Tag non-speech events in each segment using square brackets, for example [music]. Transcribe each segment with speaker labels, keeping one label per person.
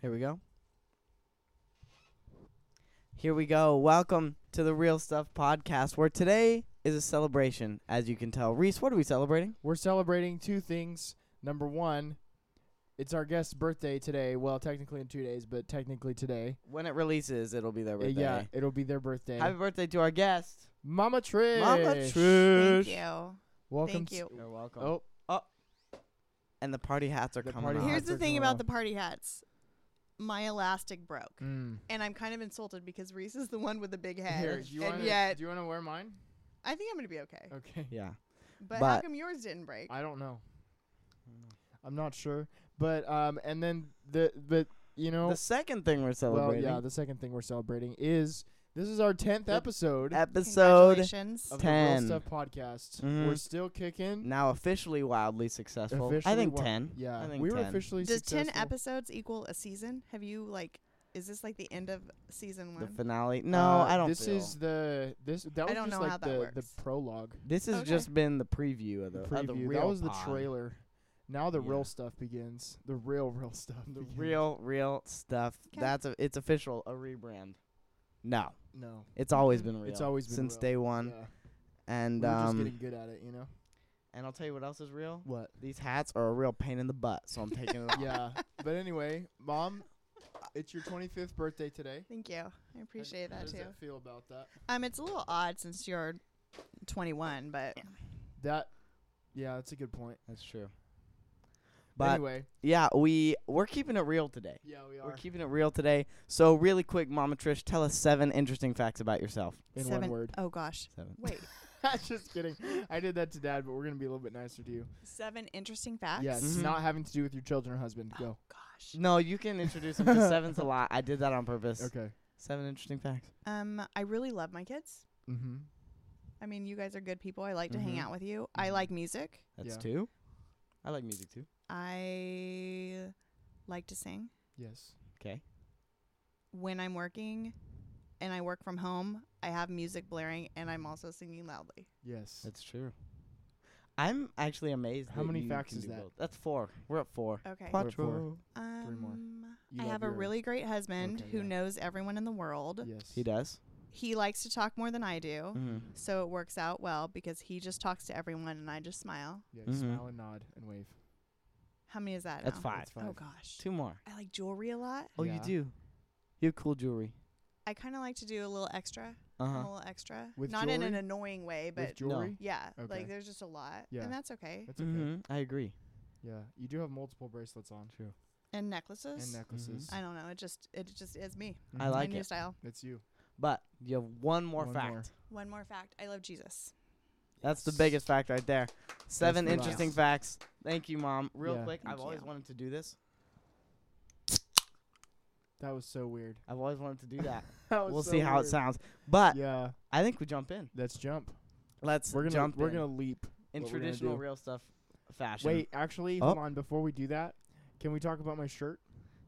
Speaker 1: Here we go. Here we go. Welcome to the Real Stuff Podcast, where today is a celebration, as you can tell. Reese, what are we celebrating?
Speaker 2: We're celebrating two things. Number one, it's our guest's birthday today. Well, technically in two days, but technically today.
Speaker 1: When it releases, it'll be their
Speaker 2: Uh,
Speaker 1: birthday.
Speaker 2: Yeah, it'll be their birthday.
Speaker 1: Happy birthday to our guest,
Speaker 2: Mama Trish.
Speaker 1: Mama
Speaker 3: Thank
Speaker 1: Trish.
Speaker 3: you.
Speaker 2: Welcome.
Speaker 3: Thank you.
Speaker 1: You're welcome.
Speaker 2: Oh,
Speaker 1: And the party hats are
Speaker 2: The
Speaker 1: coming
Speaker 2: party
Speaker 1: off.
Speaker 3: Here's
Speaker 2: hats
Speaker 3: the
Speaker 2: are
Speaker 3: thing
Speaker 2: going
Speaker 3: about
Speaker 2: off.
Speaker 3: the party hats. My elastic broke,
Speaker 2: mm.
Speaker 3: and I'm kind of insulted because Reese is the one with the big head,
Speaker 2: here. Do you
Speaker 3: and
Speaker 2: want
Speaker 3: yet
Speaker 2: Do you want to wear mine?
Speaker 3: I think I'm gonna be okay.
Speaker 2: Okay.
Speaker 1: yeah.
Speaker 3: But, how
Speaker 1: But-
Speaker 3: come yours didn't break?
Speaker 2: I don't know. I'm not sure, but um, and then the but you know,
Speaker 1: The second thing we're
Speaker 2: Oh. well,
Speaker 1: celebrating.
Speaker 2: yeah. The second thing we're celebrating is this is our tenth
Speaker 1: The-
Speaker 2: episode
Speaker 1: Episode
Speaker 3: Congratulations.
Speaker 2: of the Real
Speaker 1: 10.
Speaker 2: Stuff podcast. We're
Speaker 1: Mhm.
Speaker 2: still kicking.
Speaker 1: now officially wildly successful. I
Speaker 2: Officially
Speaker 1: think
Speaker 2: wa-
Speaker 1: ten.
Speaker 2: Yeah,
Speaker 1: I think
Speaker 2: we
Speaker 1: 10.
Speaker 2: were officially
Speaker 3: Does
Speaker 2: successful.
Speaker 3: ten episodes equal a season? Have you like? Is this like the end of season
Speaker 1: The
Speaker 3: one?
Speaker 1: finale. No,
Speaker 2: Uh,
Speaker 1: I don't.
Speaker 2: This
Speaker 1: feel-
Speaker 2: is the this that was
Speaker 3: don't
Speaker 2: just
Speaker 3: know
Speaker 2: like
Speaker 3: how that
Speaker 2: the
Speaker 3: works.
Speaker 2: the prologue,
Speaker 1: This has
Speaker 3: Okay.
Speaker 1: just been the preview of
Speaker 2: the
Speaker 1: the,
Speaker 2: preview.
Speaker 1: of the real
Speaker 2: that was the
Speaker 1: pod.
Speaker 2: trailer. Now the
Speaker 1: Yeah.
Speaker 2: real stuff begins. The real real stuff.
Speaker 1: The
Speaker 2: begins.
Speaker 1: real, real stuff.
Speaker 3: 'Kay.
Speaker 1: That's a, it's official. A rebrand. No,
Speaker 2: No.
Speaker 1: it's always
Speaker 3: Mhm.
Speaker 1: been real.
Speaker 2: It's always been
Speaker 1: since
Speaker 2: real.
Speaker 1: day one.
Speaker 2: Yeah.
Speaker 1: And
Speaker 2: We're just
Speaker 1: um,
Speaker 2: getting good at it, you know.
Speaker 1: and I'll tell you what else is real.
Speaker 2: What?
Speaker 1: These hats are a real pain in the butt, so I'm taking it off.
Speaker 2: [laughs] yeah. But anyway, mom, it's your 25th birthday today.
Speaker 3: Thank you. I appreciate
Speaker 2: How
Speaker 3: that
Speaker 2: does
Speaker 3: too.
Speaker 2: that feel about that?
Speaker 3: Um, it's a little odd since you're 21, but
Speaker 2: That. Yeah, that's a good point.
Speaker 1: That's true. But
Speaker 2: anyway,
Speaker 1: yeah, we we're keeping it real today.
Speaker 2: yeah, we
Speaker 1: We're
Speaker 2: are
Speaker 1: keeping it real today. So really quick, Mama Trish, tell us seven interesting facts about yourself.
Speaker 2: in
Speaker 3: seven
Speaker 2: one word.
Speaker 3: oh gosh,
Speaker 1: Seven.
Speaker 3: wait,
Speaker 2: [laughs] just kidding. I did that to dad, but we're gonna be a little bit nicer to you.
Speaker 3: seven interesting facts.
Speaker 2: Yes,
Speaker 1: Mhm.
Speaker 2: not having to do with your children or husband. Go.
Speaker 3: Gosh.
Speaker 1: No, you can introduce them to seven's
Speaker 2: [laughs]
Speaker 1: a lot. I did that on purpose.
Speaker 2: Okay.
Speaker 1: Seven interesting facts.
Speaker 3: Um, I really love my kids.
Speaker 2: Mm-hmm.
Speaker 3: I mean, you guys are good people. I like to hang
Speaker 1: Mhm.
Speaker 3: out with you. I
Speaker 2: Mhm.
Speaker 3: like music.
Speaker 1: That's
Speaker 2: Yeah.
Speaker 1: two. I like music too.
Speaker 3: I like to sing
Speaker 2: Yes.
Speaker 1: Okay.
Speaker 3: when I'm working and I work from home. I have music blaring and I'm also singing loudly.
Speaker 2: Yes.
Speaker 1: That's true. I'm actually amazed.
Speaker 2: How
Speaker 1: that
Speaker 2: many
Speaker 1: you
Speaker 2: facts
Speaker 1: can
Speaker 2: is
Speaker 1: do
Speaker 2: that?
Speaker 1: both. That's four. We're at four.
Speaker 3: Okay.
Speaker 2: We're at four.
Speaker 1: Quattro.
Speaker 2: three more.
Speaker 3: Um,
Speaker 2: You
Speaker 3: I
Speaker 2: love
Speaker 3: have a
Speaker 2: your-
Speaker 3: really great husband
Speaker 2: Okay,
Speaker 3: who
Speaker 2: yeah.
Speaker 3: knows everyone in the world.
Speaker 2: Yes.
Speaker 1: He does.
Speaker 3: He likes to talk more than I do.
Speaker 1: Mm-hmm.
Speaker 3: So it works out well because he just talks to everyone and I just smile.
Speaker 2: Yeah.
Speaker 1: Mhm.
Speaker 2: Smile and nod and wave.
Speaker 3: How many is that?
Speaker 1: That's
Speaker 3: now?
Speaker 1: five.
Speaker 2: That's five.
Speaker 3: Oh gosh.
Speaker 1: Two more.
Speaker 3: I like jewelry a lot.
Speaker 1: Oh, you
Speaker 2: Yeah.
Speaker 1: do. You have cool jewelry.
Speaker 3: I kind of like to do a little extra.
Speaker 1: Uh
Speaker 3: a
Speaker 1: huh.
Speaker 3: little extra.
Speaker 2: Uh-huh. With
Speaker 3: Not in an
Speaker 2: jewelry?
Speaker 3: annoying way,
Speaker 2: With
Speaker 3: but
Speaker 2: jewelry.
Speaker 3: yeah,
Speaker 2: Okay.
Speaker 3: like there's just a lot,
Speaker 2: Yeah.
Speaker 3: and that's okay.
Speaker 2: That's okay.
Speaker 1: Mm-hmm. I agree.
Speaker 2: Yeah. You do have multiple bracelets on. True.
Speaker 3: And necklaces.
Speaker 2: And necklaces.
Speaker 3: I don't know. It just it just is me.
Speaker 1: Mm-hmm. I like
Speaker 3: My new
Speaker 1: it.
Speaker 3: style.
Speaker 2: It's you.
Speaker 1: But you have one more
Speaker 2: One
Speaker 1: fact.
Speaker 2: more.
Speaker 3: One more fact. I love Jesus.
Speaker 1: That's the biggest fact right there. Seven
Speaker 2: the last.
Speaker 1: interesting facts. Thank you, mom. Real
Speaker 2: Yeah.
Speaker 1: quick,
Speaker 3: Thank
Speaker 1: I've always
Speaker 3: you.
Speaker 1: wanted to do this.
Speaker 2: That was so weird.
Speaker 1: I've always wanted to do that.
Speaker 2: [laughs] That was
Speaker 1: we'll
Speaker 2: so
Speaker 1: see how
Speaker 2: weird.
Speaker 1: it sounds. But
Speaker 2: Yeah.
Speaker 1: I think we jump in.
Speaker 2: Let's jump.
Speaker 1: Let's
Speaker 2: We're gonna
Speaker 1: jump
Speaker 2: we're
Speaker 1: in,
Speaker 2: gonna leap.
Speaker 1: in
Speaker 2: what we're gonna
Speaker 1: traditional
Speaker 2: do.
Speaker 1: real stuff fashion.
Speaker 2: Wait, actually,
Speaker 1: Oh.
Speaker 2: hold on. Before we do that, can we talk about my shirt?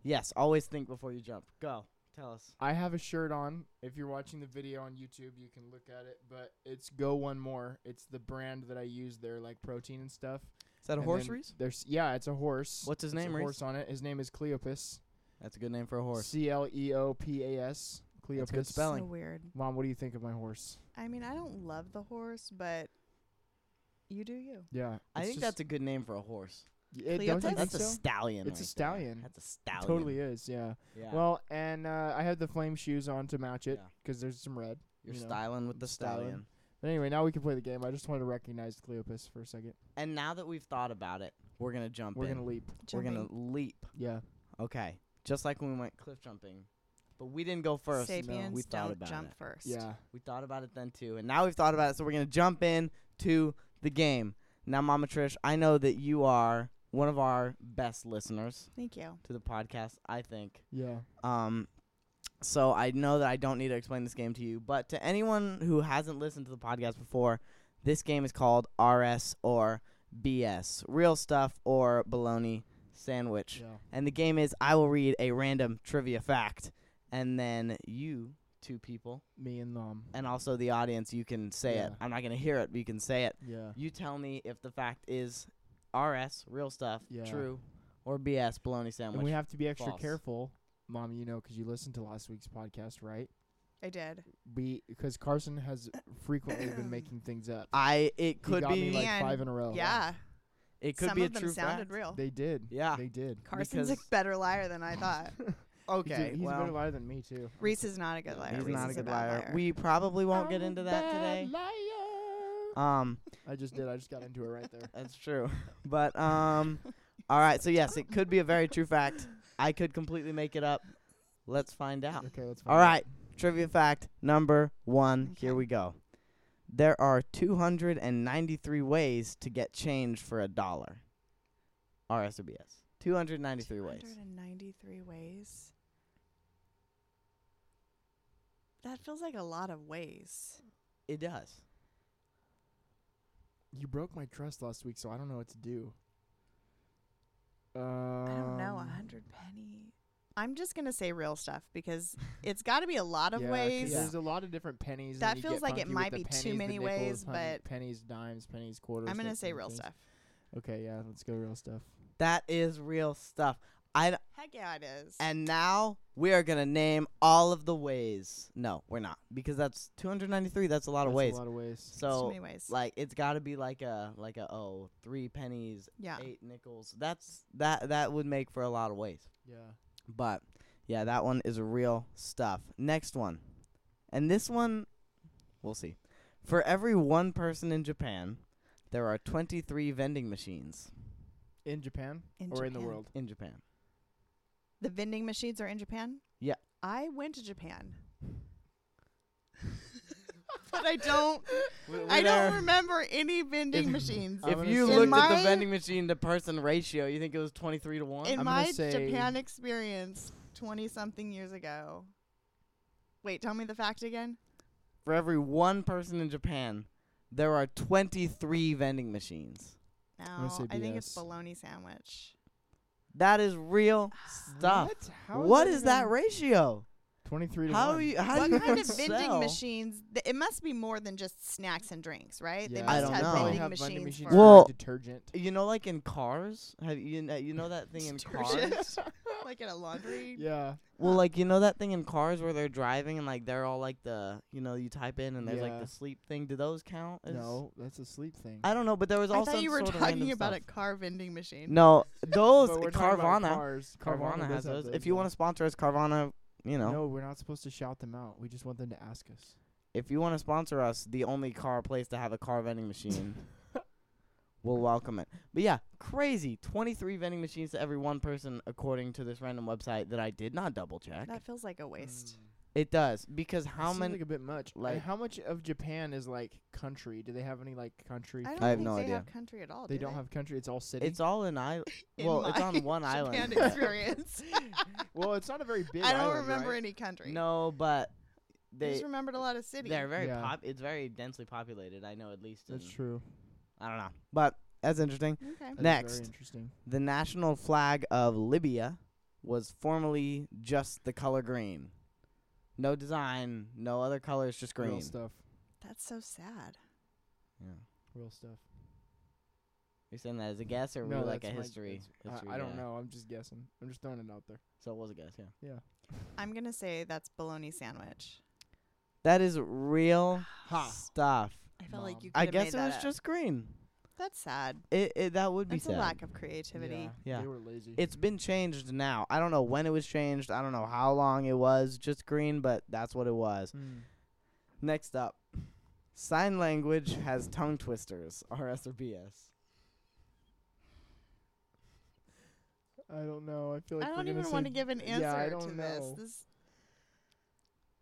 Speaker 1: Yes, always think before you jump. Go. Tell us.
Speaker 2: I have a shirt on. If you're watching the video on YouTube, you can look at it. But it's Go One More. It's the brand that I use their like protein and stuff.
Speaker 1: Is that a
Speaker 2: And
Speaker 1: horse,
Speaker 2: then
Speaker 1: Reese?
Speaker 2: There's yeah, it's a horse.
Speaker 1: What's his
Speaker 2: It's
Speaker 1: name,
Speaker 2: a
Speaker 1: Reese?
Speaker 2: horse on it. His name is Cleopas.
Speaker 1: That's a good name for a horse.
Speaker 2: C L E O P A S. Cleopas.
Speaker 1: That's good spell. Spelling.
Speaker 3: So weird.
Speaker 2: Mom, what do you think of my horse?
Speaker 3: I mean, I don't love the horse, but you do you.
Speaker 2: Yeah.
Speaker 1: I think that's a good name for a horse.
Speaker 2: it, don't you
Speaker 3: Cleopas?
Speaker 2: think
Speaker 1: That's a
Speaker 2: so?
Speaker 1: stallion.
Speaker 2: It's a
Speaker 1: right there.
Speaker 2: stallion.
Speaker 1: That's a stallion.
Speaker 2: Totally is. Yeah.
Speaker 1: Yeah.
Speaker 2: Well, and uh, I have the flame shoes on to match it
Speaker 1: Yeah.
Speaker 2: 'cause there's some red.
Speaker 1: You're
Speaker 2: you know,
Speaker 1: styling with the
Speaker 2: styling.
Speaker 1: stallion.
Speaker 2: But anyway, now we can play the game. I just wanted to recognize Cleopas for a second.
Speaker 1: And now that we've thought about it, we're gonna jump
Speaker 2: We're
Speaker 1: in.
Speaker 2: gonna leap.
Speaker 1: we're
Speaker 3: Jumping.
Speaker 1: gonna leap.
Speaker 2: Yeah.
Speaker 1: Okay. Just like when we went cliff jumping. But we didn't go first.
Speaker 3: Sapiens
Speaker 1: we thought
Speaker 3: don't
Speaker 1: about
Speaker 3: jump
Speaker 1: it.
Speaker 3: first.
Speaker 2: Yeah.
Speaker 1: We thought about it then too, and now we've thought about it, so we're gonna jump in to the game. Now, Mama Trish, I know that you are one of our best listeners
Speaker 3: Thank you.
Speaker 1: to the podcast. I think.
Speaker 2: Yeah.
Speaker 1: Um, so I know that I don't need to explain this game to you, but to anyone who hasn't listened to the podcast before, this game is called RS or BS, real stuff or baloney sandwich.
Speaker 2: Yeah.
Speaker 1: And the game is I will read a random trivia fact, and then you two people
Speaker 2: Me and Mom.
Speaker 1: and also the audience, you can say it.
Speaker 2: Yeah.
Speaker 1: I'm not gonna hear it, but you can say it.
Speaker 2: Yeah.
Speaker 1: You tell me if the fact is RS, real stuff,
Speaker 2: Yeah.
Speaker 1: true, or BS, bologna sandwich.
Speaker 2: And we have to be extra
Speaker 1: False.
Speaker 2: careful Mom, you know, because you listened to last week's podcast, right?
Speaker 3: I did.
Speaker 2: We because Carson has frequently
Speaker 3: [coughs]
Speaker 2: been making things up.
Speaker 1: I it
Speaker 2: he
Speaker 1: could
Speaker 2: got
Speaker 1: be
Speaker 2: me like
Speaker 3: And-
Speaker 2: five in a row.
Speaker 3: yeah.
Speaker 1: Oh, it could
Speaker 3: Some
Speaker 1: be a
Speaker 3: of them
Speaker 1: true
Speaker 3: sounded
Speaker 1: fact.
Speaker 3: real.
Speaker 2: they did.
Speaker 1: Yeah.
Speaker 2: they did.
Speaker 3: Carson's a
Speaker 1: because-
Speaker 3: better liar than I thought.
Speaker 2: He's a-
Speaker 1: Okay,
Speaker 2: he's,
Speaker 1: well,
Speaker 2: a better liar than me too.
Speaker 3: Reese is not a good liar.
Speaker 1: he's
Speaker 3: Reese
Speaker 1: not a
Speaker 3: is
Speaker 1: good
Speaker 3: bad
Speaker 1: liar. We probably won't get
Speaker 2: I'm a
Speaker 1: into that
Speaker 2: bad
Speaker 1: today.
Speaker 2: liar.
Speaker 3: Uh,
Speaker 1: Um,
Speaker 2: I just did. I just got into it right there.
Speaker 1: that's true. But
Speaker 3: [laughs]
Speaker 1: um, all right. So yes, it could be a very true fact. I could completely make it up. Let's find out.
Speaker 2: [laughs] Okay, let's.
Speaker 1: All
Speaker 2: find out.
Speaker 1: right, trivia fact number one. Here
Speaker 3: Okay.
Speaker 1: we go. There are 293 ways to get change for a dollar. RS or BS. 293 ways.
Speaker 3: 193 ways. That feels like a lot of ways.
Speaker 1: It does.
Speaker 2: You broke my trust last week, so I don't know what to do. Um,
Speaker 3: I don't know, a 100 penny. I'm just going to say real stuff because [laughs] it's got to be a lot of
Speaker 2: yeah, 'cause
Speaker 3: ways.
Speaker 2: There's a lot of different pennies. and
Speaker 3: That
Speaker 2: you get
Speaker 3: feels like
Speaker 2: funky
Speaker 3: it
Speaker 2: with
Speaker 3: might
Speaker 2: the
Speaker 3: be too
Speaker 2: pennies, the
Speaker 3: many
Speaker 2: nickels,
Speaker 3: ways,
Speaker 2: hundred-
Speaker 3: but-
Speaker 2: pennies, dimes, pennies, quarters.
Speaker 3: I'm going to
Speaker 2: those
Speaker 3: say
Speaker 2: kind of
Speaker 3: real
Speaker 2: things.
Speaker 3: stuff.
Speaker 2: Okay, yeah, let's go real stuff.
Speaker 1: That is real stuff. I d-
Speaker 3: Heck yeah, it is.
Speaker 1: and now we are gonna name all of the ways. No, we're not because that's 293. That's a lot of
Speaker 2: That's
Speaker 1: ways.
Speaker 2: A lot of ways.
Speaker 3: so
Speaker 1: So
Speaker 3: many ways.
Speaker 1: like it's got to be like a like a oh three pennies
Speaker 3: yeah.
Speaker 1: eight nickels. That's that that would make for a lot of ways.
Speaker 2: Yeah.
Speaker 1: But yeah, that one is real stuff. Next one. And this one, we'll see. For every one person in Japan, there are 23 vending machines
Speaker 2: In Japan
Speaker 3: In
Speaker 2: or in the [gasps]
Speaker 3: Japan.
Speaker 2: world?
Speaker 1: in Japan.
Speaker 3: The vending machines are in Japan?
Speaker 1: Yeah.
Speaker 3: I went to Japan. but I don't I
Speaker 1: Whether-
Speaker 3: don't remember
Speaker 2: [laughs]
Speaker 3: any vending
Speaker 1: If-
Speaker 3: machines.
Speaker 2: I'm
Speaker 1: If
Speaker 2: gonna
Speaker 1: you
Speaker 2: say-
Speaker 1: looked
Speaker 3: In
Speaker 1: at the
Speaker 3: my-
Speaker 1: vending machine to person ratio, you think it was 23 to 1?
Speaker 3: in
Speaker 2: I'm gonna
Speaker 3: my
Speaker 2: say-
Speaker 3: Japan experience 20 something years ago. Wait, tell me the fact again.
Speaker 1: For every one person in Japan, there are 23 vending machines.
Speaker 3: No,
Speaker 2: say
Speaker 3: I think it's
Speaker 2: BS.
Speaker 3: bologna sandwich.
Speaker 1: That is real stuff.
Speaker 2: What? How
Speaker 1: What is that
Speaker 2: even-
Speaker 1: ratio?
Speaker 2: Twenty-three to
Speaker 1: How
Speaker 2: one.
Speaker 1: are you? How
Speaker 3: what
Speaker 1: do you [laughs]
Speaker 3: kind of
Speaker 1: even
Speaker 3: vending
Speaker 1: sell?
Speaker 3: machines? Th- it must be more than just snacks and drinks, right? They
Speaker 2: Yeah.
Speaker 3: must
Speaker 1: I don't
Speaker 3: have
Speaker 1: know.
Speaker 2: Probably
Speaker 3: vending
Speaker 2: have
Speaker 3: machines.
Speaker 2: vending machines.
Speaker 3: for-
Speaker 2: for
Speaker 1: Well-
Speaker 2: detergent.
Speaker 1: You know, like in cars, have you kn- you know that
Speaker 3: [laughs]
Speaker 1: thing in
Speaker 3: Detergent.
Speaker 1: cars?
Speaker 3: like in a laundry.
Speaker 2: [laughs] Yeah.
Speaker 1: Well, like you know that thing in cars where they're driving and like they're all like the you know you type in and there's like
Speaker 2: Yeah.
Speaker 1: the sleep thing. Do those count? As
Speaker 2: No, that's a sleep thing.
Speaker 1: I don't know, but there was
Speaker 3: I
Speaker 1: also
Speaker 3: thought you were
Speaker 1: sort of
Speaker 3: talking
Speaker 1: random
Speaker 3: about
Speaker 1: stuff.
Speaker 3: a car vending machine. [laughs]
Speaker 1: No, those
Speaker 2: But we're talking about
Speaker 1: Carvana.
Speaker 2: cars.
Speaker 1: Carvana
Speaker 2: does
Speaker 1: has
Speaker 2: have
Speaker 1: those. If you
Speaker 2: yeah.
Speaker 1: want to sponsor us, Carvana, you know,
Speaker 2: No, we're not supposed to shout them out. We just want them to ask us.
Speaker 1: if you want to sponsor us, the only car place to have a car vending machine,
Speaker 2: [laughs]
Speaker 1: we'll welcome it. But yeah, crazy. 23 vending machines to every one person, according to this random website that I did not double check.
Speaker 3: That feels
Speaker 1: Mm,
Speaker 3: like a waste.
Speaker 1: It does because Hmm. how
Speaker 2: Seems
Speaker 1: many?
Speaker 2: Like a bit much. And
Speaker 1: like-
Speaker 2: how much of Japan is like country? Do they have any like country?
Speaker 3: I
Speaker 2: food?
Speaker 3: don't
Speaker 1: I have
Speaker 3: think
Speaker 1: no
Speaker 3: they
Speaker 1: idea.
Speaker 3: have country at all.
Speaker 2: they
Speaker 3: do
Speaker 2: don't have country. It's all
Speaker 1: [laughs]
Speaker 2: city.
Speaker 1: it's all in island.
Speaker 3: In
Speaker 1: well, it's
Speaker 3: my [laughs]
Speaker 1: on one
Speaker 3: Japan
Speaker 1: island. [laughs] but-
Speaker 3: experience.
Speaker 2: well, it's not a very big.
Speaker 3: I don't
Speaker 2: island,
Speaker 3: remember
Speaker 2: right?
Speaker 3: any country.
Speaker 1: no, but
Speaker 3: I
Speaker 1: they
Speaker 3: just remembered a lot of city.
Speaker 1: they're very
Speaker 2: Yeah.
Speaker 1: pop. It's very densely populated. I know at least. In,
Speaker 2: That's true.
Speaker 1: I don't know, but that's interesting.
Speaker 3: Okay.
Speaker 2: That is
Speaker 1: Next.
Speaker 2: very interesting.
Speaker 1: The national flag of Libya was formerly just the color green. No design, no other colors, just green.
Speaker 2: Real stuff.
Speaker 3: That's so sad.
Speaker 1: Yeah.
Speaker 2: Real stuff.
Speaker 1: You're saying that as a guess or were
Speaker 2: no,
Speaker 1: you like a
Speaker 2: that's my-
Speaker 1: history?
Speaker 2: that's-
Speaker 1: history
Speaker 2: I, I
Speaker 1: guy?
Speaker 2: don't know. I'm just guessing. I'm just throwing it out there.
Speaker 1: So it was a guess, yeah.
Speaker 3: I'm gonna say that's bologna sandwich.
Speaker 1: That is [sighs] real
Speaker 2: Ha.
Speaker 1: stuff.
Speaker 3: I felt like
Speaker 2: Mom.
Speaker 3: you. Could
Speaker 1: I guess it
Speaker 3: made that
Speaker 1: was
Speaker 3: up.
Speaker 1: just green.
Speaker 3: That's sad.
Speaker 1: It, it that would be
Speaker 3: That's a
Speaker 1: sad.
Speaker 3: lack of creativity.
Speaker 1: Yeah.
Speaker 2: They were lazy.
Speaker 1: It's been changed now. I don't know when it was changed. I don't know how long it was just green, but that's what it was.
Speaker 2: Mm.
Speaker 1: Next up, sign language has tongue twisters. [laughs] RS or BS?
Speaker 2: I don't know. I feel like
Speaker 3: I
Speaker 2: we're
Speaker 3: don't
Speaker 2: gonna
Speaker 3: even
Speaker 2: say-
Speaker 3: want to give an answer
Speaker 2: yeah, I don't
Speaker 3: to
Speaker 2: know.
Speaker 3: this. This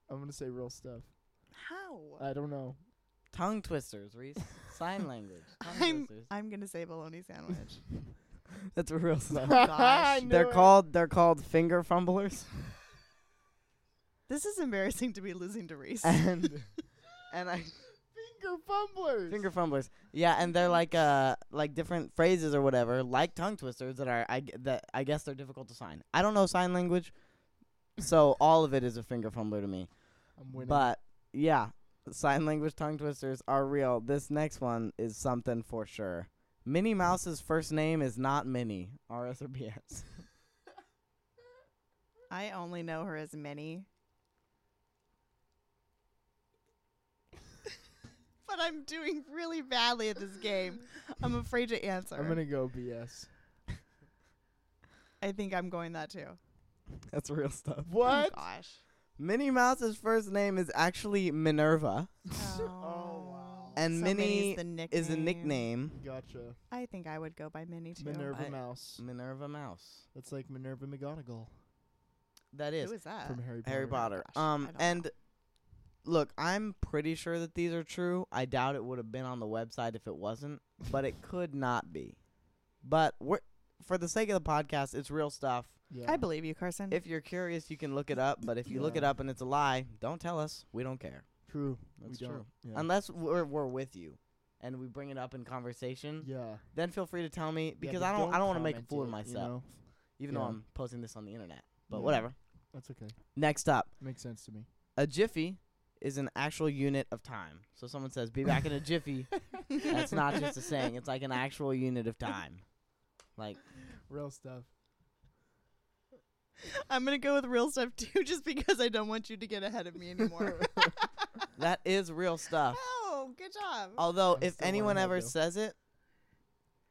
Speaker 2: I'm gonna say real stuff.
Speaker 3: how?
Speaker 2: I don't know.
Speaker 1: Tongue twisters, Reese.
Speaker 2: [laughs]
Speaker 1: sign language. Tongue
Speaker 3: I'm
Speaker 1: twisters.
Speaker 3: I'm gonna say bologna sandwich.
Speaker 1: That's a real
Speaker 2: [laughs] I
Speaker 1: sign.
Speaker 2: knew
Speaker 1: they're
Speaker 2: it.
Speaker 1: called they're called finger
Speaker 2: [laughs]
Speaker 1: fumblers.
Speaker 3: this is embarrassing to be losing
Speaker 2: [laughs]
Speaker 3: to Reese.
Speaker 1: and and [laughs] I
Speaker 2: finger fumblers.
Speaker 1: finger fumblers. Yeah, and they're like uh like different phrases or whatever, like tongue twisters that are I g- that I guess they're difficult to sign. I don't know sign language, so all of it is a finger fumbler to me.
Speaker 2: I'm winning.
Speaker 1: But yeah, sign language tongue twisters are real. This next one is something for sure. Minnie Mouse's first name is not Minnie. RS or BS?
Speaker 3: I only know her as Minnie. [laughs] but I'm doing really badly at this game. I'm afraid to answer.
Speaker 2: I'm gonna go BS.
Speaker 3: I think I'm going that too.
Speaker 1: [laughs] That's real stuff.
Speaker 2: What?
Speaker 3: Oh, gosh.
Speaker 2: [laughs]
Speaker 1: Minnie Mouse's first name is actually Minerva,
Speaker 2: Oh, wow.
Speaker 1: and
Speaker 3: So
Speaker 1: Minnie
Speaker 3: Minnie's Oh. the nickname.
Speaker 1: is a nickname.
Speaker 2: Gotcha.
Speaker 3: I think I would go by Minnie too.
Speaker 2: Minerva
Speaker 1: I-
Speaker 2: Mouse.
Speaker 1: Minerva Mouse.
Speaker 2: That's like Minerva McGonagall
Speaker 1: That
Speaker 3: Who
Speaker 1: is
Speaker 3: is that?
Speaker 2: from Harry Potter.
Speaker 1: Uh, Harry Potter.
Speaker 3: gosh, I
Speaker 1: um,
Speaker 3: don't know.
Speaker 1: and look, I'm pretty sure that these are true. I doubt it would have been on the website if it wasn't, but it could not be. But we're, for the sake of the podcast, it's real stuff.
Speaker 2: Yeah.
Speaker 3: I believe you, Carson.
Speaker 1: If you're curious, you can look it up. But if you look it
Speaker 2: Yeah.
Speaker 1: up and it's a lie, don't tell us. We don't care.
Speaker 2: True.
Speaker 1: That's
Speaker 2: we don't.
Speaker 1: true.
Speaker 2: Yeah.
Speaker 1: Unless we're, we're with you, and we bring it up in conversation,
Speaker 2: yeah. Yeah,
Speaker 1: then feel free to tell me because
Speaker 2: but
Speaker 1: I don't. I don't want to make a
Speaker 2: comment
Speaker 1: fool of
Speaker 2: it,
Speaker 1: myself,
Speaker 2: You know?
Speaker 1: even
Speaker 2: Yeah.
Speaker 1: though I'm posting this on the internet. But
Speaker 2: Yeah.
Speaker 1: whatever.
Speaker 2: That's okay.
Speaker 1: Next up,
Speaker 2: Makes sense to me.
Speaker 1: a jiffy is an actual unit of time. So someone says, "Be back in
Speaker 2: [laughs]
Speaker 1: a jiffy." That's not just a saying. It's like an actual unit of time. Like
Speaker 2: Real stuff.
Speaker 3: [laughs] I'm gonna go with real stuff too, just because I don't want you to get ahead of me anymore.
Speaker 1: that is real [laughs] stuff.
Speaker 3: oh, good job.
Speaker 1: Although
Speaker 2: I'm
Speaker 1: if
Speaker 2: still
Speaker 1: anyone
Speaker 2: learning how
Speaker 1: ever
Speaker 2: to.
Speaker 1: says it,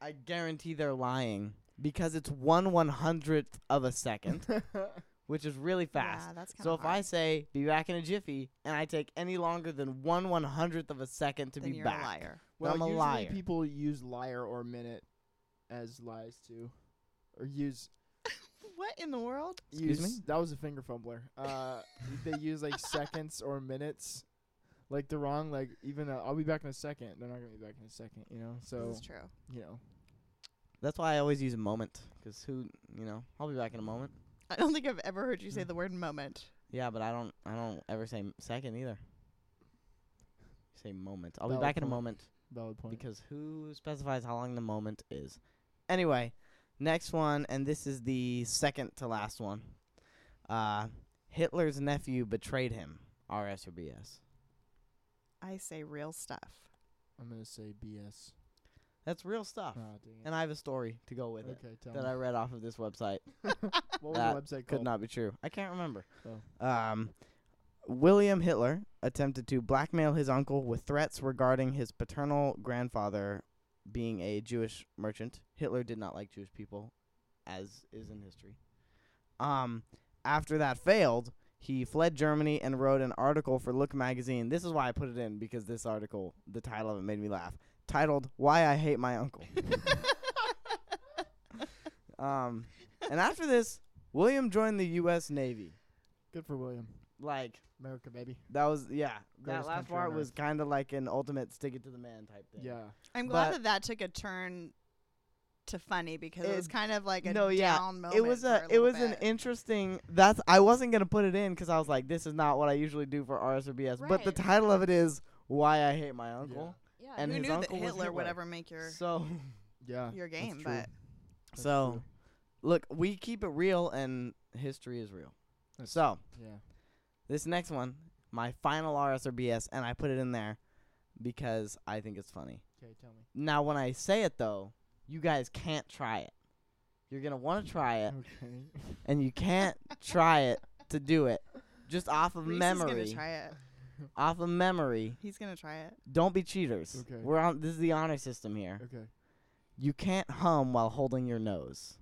Speaker 1: I guarantee they're lying because it's one one hundredth of a second,
Speaker 2: [laughs]
Speaker 1: which is really fast.
Speaker 3: Yeah, that's kinda
Speaker 1: so if I
Speaker 3: hard.
Speaker 1: say "be back in a jiffy" and I take any longer than one one hundredth of a second to
Speaker 3: then
Speaker 1: be
Speaker 3: you're
Speaker 1: back,
Speaker 3: a liar.
Speaker 2: well,
Speaker 1: I'm a
Speaker 2: usually
Speaker 1: liar.
Speaker 2: people use liar or minute as lies too, or use.
Speaker 3: What in the world?
Speaker 1: Excuse
Speaker 2: use-
Speaker 1: me?
Speaker 2: That was a finger fumbler.
Speaker 1: [laughs]
Speaker 2: Uh, they use like seconds or minutes, like the wrong like even i I'll be back in a second. They're not gonna be back in a second, you know. So
Speaker 3: this is true.
Speaker 2: you know,
Speaker 1: that's why I always use a moment. Because who, you know, I'll be back in a moment.
Speaker 3: I don't think I've ever heard you say
Speaker 1: Hmm.
Speaker 3: the word moment.
Speaker 1: Yeah, but I don't. I don't ever say m- second either. Say moment. I'll be
Speaker 2: Valid
Speaker 1: back in a
Speaker 2: point.
Speaker 1: moment
Speaker 2: valid point.
Speaker 1: because who specifies how long the moment is? Anyway, next one, and this is the second to last one. Uh, Hitler's nephew betrayed him. RS or BS?
Speaker 3: I say real stuff.
Speaker 1: [laughs]
Speaker 3: [laughs]
Speaker 2: I'm gonna say BS.
Speaker 1: That's real stuff.
Speaker 2: Ah, dang it.
Speaker 1: And I have a story to go with
Speaker 2: okay,
Speaker 1: it
Speaker 2: tell
Speaker 1: that
Speaker 2: me.
Speaker 1: I read off of this website.
Speaker 2: what was
Speaker 1: that
Speaker 2: the website
Speaker 1: Could
Speaker 2: called?
Speaker 1: not be true. I can't remember.
Speaker 2: Oh.
Speaker 1: Um, William Hitler attempted to blackmail his uncle with threats regarding his paternal grandfather being a Jewish merchant. Hitler did not like Jewish people, as is in history. Um, after that failed, he fled Germany and wrote an article for Look magazine. This is why I put it in because this article, the title of it made me laugh. Titled "Why I Hate My Uncle." um, and after this, William joined the U.S. Navy.
Speaker 2: Good for William.
Speaker 1: Like
Speaker 2: America, baby.
Speaker 1: that was yeah. that
Speaker 2: Greatest
Speaker 1: last
Speaker 2: country on
Speaker 1: part was
Speaker 2: earth.
Speaker 1: kind of like an ultimate stick it to the man type thing.
Speaker 2: Yeah.
Speaker 3: I'm glad
Speaker 1: But-
Speaker 3: that that took a turn to funny because it, was
Speaker 1: It-
Speaker 3: kind of like a
Speaker 1: no, yeah,
Speaker 3: down moment.
Speaker 1: It was
Speaker 3: for a
Speaker 1: a it
Speaker 3: little
Speaker 1: was an
Speaker 3: bit.
Speaker 1: interesting. That's I wasn't gonna put it in because I was like, this is not what I usually do for RS or BS. But the
Speaker 3: Right.
Speaker 1: title of it is why I hate my uncle.
Speaker 3: yeah,
Speaker 1: and
Speaker 3: who
Speaker 1: his
Speaker 3: knew that
Speaker 1: uncle was
Speaker 3: Hitler would
Speaker 1: Hitler.
Speaker 3: ever make your
Speaker 1: So
Speaker 2: Yeah.
Speaker 3: your
Speaker 2: that's
Speaker 3: game?
Speaker 2: true.
Speaker 3: But
Speaker 2: That's
Speaker 1: so
Speaker 2: true.
Speaker 1: look, we keep it real and history is real.
Speaker 2: That's-
Speaker 1: so
Speaker 2: Yeah.
Speaker 1: this next one, my final RS or BS, and I put it in there because I think it's funny.
Speaker 2: Okay, tell me.
Speaker 1: Now, when I say it though, you guys can't try it. You're gonna want to try it,
Speaker 2: Okay. [laughs]
Speaker 1: and you can't try it to do it. Just off of
Speaker 3: Reese is
Speaker 1: memory,
Speaker 3: gonna try it.
Speaker 1: off of memory.
Speaker 3: He's gonna try it.
Speaker 1: Don't be cheaters.
Speaker 2: Okay.
Speaker 1: We're on. This is the honor system here.
Speaker 2: Okay.
Speaker 1: You can't hum while holding your nose,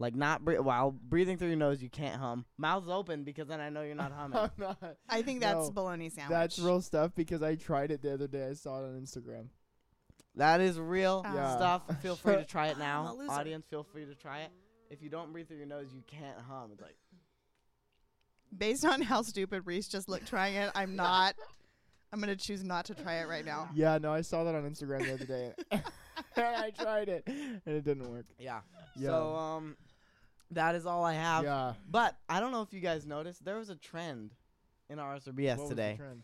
Speaker 1: like not bre- while breathing through your nose. You can't hum. Mouth's open because then I know you're not humming.
Speaker 2: [laughs] I'm not.
Speaker 3: I think that's
Speaker 2: No,
Speaker 3: bologna sandwich.
Speaker 2: That's real stuff because I tried it the other day. I saw it on Instagram.
Speaker 1: that is real
Speaker 3: Yeah.
Speaker 1: stuff. Feel free to try it
Speaker 3: I'm a
Speaker 1: now,
Speaker 3: loser.
Speaker 1: audience. Feel free to try it. If you don't breathe through your nose, you can't hum. It's like
Speaker 3: Based on how stupid Reese just looked trying it, I'm not. I'm gonna choose not to try it right now.
Speaker 2: Yeah, no, I saw that on Instagram the
Speaker 1: [laughs]
Speaker 2: other day. [laughs] and I tried it and it didn't work.
Speaker 1: yeah.
Speaker 2: Yeah.
Speaker 1: So um, that is all I have.
Speaker 2: yeah.
Speaker 1: But I don't know if you guys noticed, there was a trend in RS or BS
Speaker 2: What was the
Speaker 1: today.
Speaker 2: trend?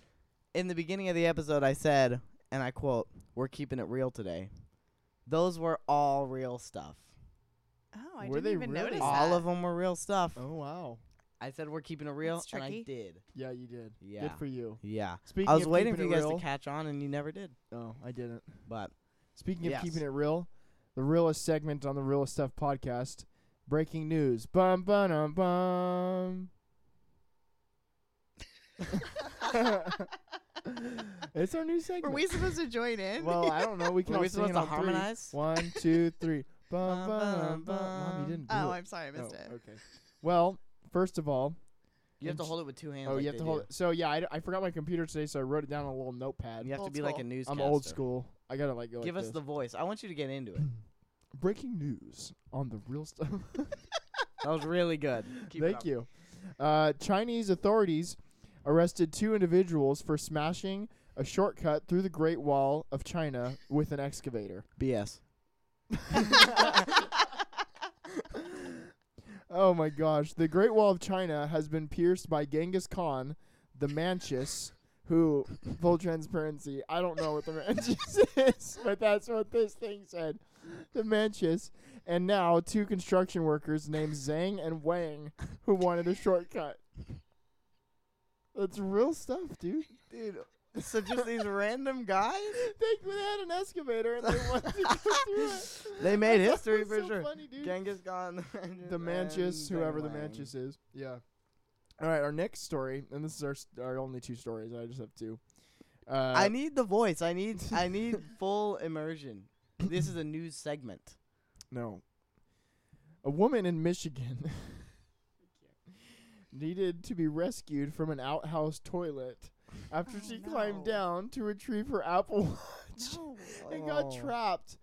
Speaker 1: in the beginning of the episode, I said, and I quote, "We're keeping it real today." Those were all real stuff.
Speaker 3: Oh, I
Speaker 2: Were they
Speaker 3: didn't even
Speaker 2: really?
Speaker 3: notice
Speaker 1: all
Speaker 3: that.
Speaker 1: of them were real stuff.
Speaker 2: Oh, wow.
Speaker 1: I said we're keeping it real,
Speaker 3: That's
Speaker 1: and I
Speaker 3: tricky.
Speaker 1: did.
Speaker 2: Yeah, you did.
Speaker 1: Yeah,
Speaker 2: Good for you.
Speaker 1: yeah.
Speaker 2: Speaking
Speaker 1: I was
Speaker 2: of
Speaker 1: waiting for
Speaker 2: keeping
Speaker 1: you
Speaker 2: it
Speaker 1: guys
Speaker 2: real-
Speaker 1: to catch on, and you never did.
Speaker 2: No, I didn't.
Speaker 1: But
Speaker 2: Speaking
Speaker 1: Yes.
Speaker 2: of keeping it real, the
Speaker 1: [laughs]
Speaker 2: realest segment on the Realest Stuff podcast breaking news. um, Bum, bum, bum, bum. [laughs] it's our new segment.
Speaker 3: [laughs] Were we supposed to join in?
Speaker 2: well,
Speaker 3: [laughs]
Speaker 2: I don't know. We
Speaker 1: [laughs]
Speaker 2: can
Speaker 1: Were
Speaker 2: all
Speaker 1: we
Speaker 2: sing it
Speaker 1: supposed to
Speaker 2: on three.
Speaker 1: harmonize?
Speaker 2: One, two,
Speaker 1: [laughs]
Speaker 2: three.
Speaker 1: Bum,
Speaker 2: Bum, bum,
Speaker 1: bum,
Speaker 2: bum. Mom, you
Speaker 1: bum.
Speaker 2: didn't do
Speaker 3: oh,
Speaker 2: it.
Speaker 3: I'm sorry, I missed
Speaker 2: Oh,
Speaker 3: it.
Speaker 2: Okay. Well, first of all,
Speaker 1: You have to
Speaker 2: Int-
Speaker 1: hold it with two hands.
Speaker 2: oh,
Speaker 1: like
Speaker 2: you have
Speaker 1: they
Speaker 2: to hold
Speaker 1: do.
Speaker 2: it. So yeah, I, d- I forgot my computer today, so I wrote it down on a little notepad.
Speaker 1: You have to
Speaker 3: Old
Speaker 1: be like a
Speaker 3: school.
Speaker 1: newscaster.
Speaker 2: I'm old school. I gotta like go.
Speaker 1: Give
Speaker 2: like
Speaker 1: us
Speaker 2: this.
Speaker 1: the voice. I want you to get into it.
Speaker 2: breaking news on the real stuff.
Speaker 1: That was really good.
Speaker 2: [laughs]
Speaker 1: Keep it
Speaker 2: Thank
Speaker 1: up.
Speaker 2: you. Uh, Chinese authorities arrested two individuals for smashing a shortcut through the Great Wall of China with an excavator.
Speaker 1: BS.
Speaker 2: Oh my gosh. The Great Wall of China has been pierced by Genghis Khan, the Manchus, who, full transparency, I don't know what the Manchus [laughs] is, but that's what this thing said. The Manchus. And now two construction workers named Zhang and Wang who wanted a shortcut. That's real stuff, dude.
Speaker 1: [laughs] Dude. So just these random guys?
Speaker 2: They, they had an excavator and they wanted to go through it.
Speaker 1: They made
Speaker 2: [laughs] That
Speaker 1: history
Speaker 2: was
Speaker 1: for
Speaker 2: so
Speaker 1: sure.
Speaker 2: funny, dude.
Speaker 1: Genghis Khan. [laughs]
Speaker 2: the Manchus,
Speaker 1: and
Speaker 2: whoever the
Speaker 1: Zhang
Speaker 2: Manchus is. Yeah. All right, our next story, and this is our s- our only two stories. I just have two. Uh,
Speaker 1: Wang. I need the voice. I need I
Speaker 2: [laughs]
Speaker 1: need full immersion. This is a news segment.
Speaker 2: no. A woman in Michigan [laughs] needed to be rescued from an outhouse toilet after
Speaker 3: Oh,
Speaker 2: she
Speaker 3: no.
Speaker 2: climbed down to retrieve her Apple Watch
Speaker 3: no,
Speaker 2: and got
Speaker 1: Oh.
Speaker 2: trapped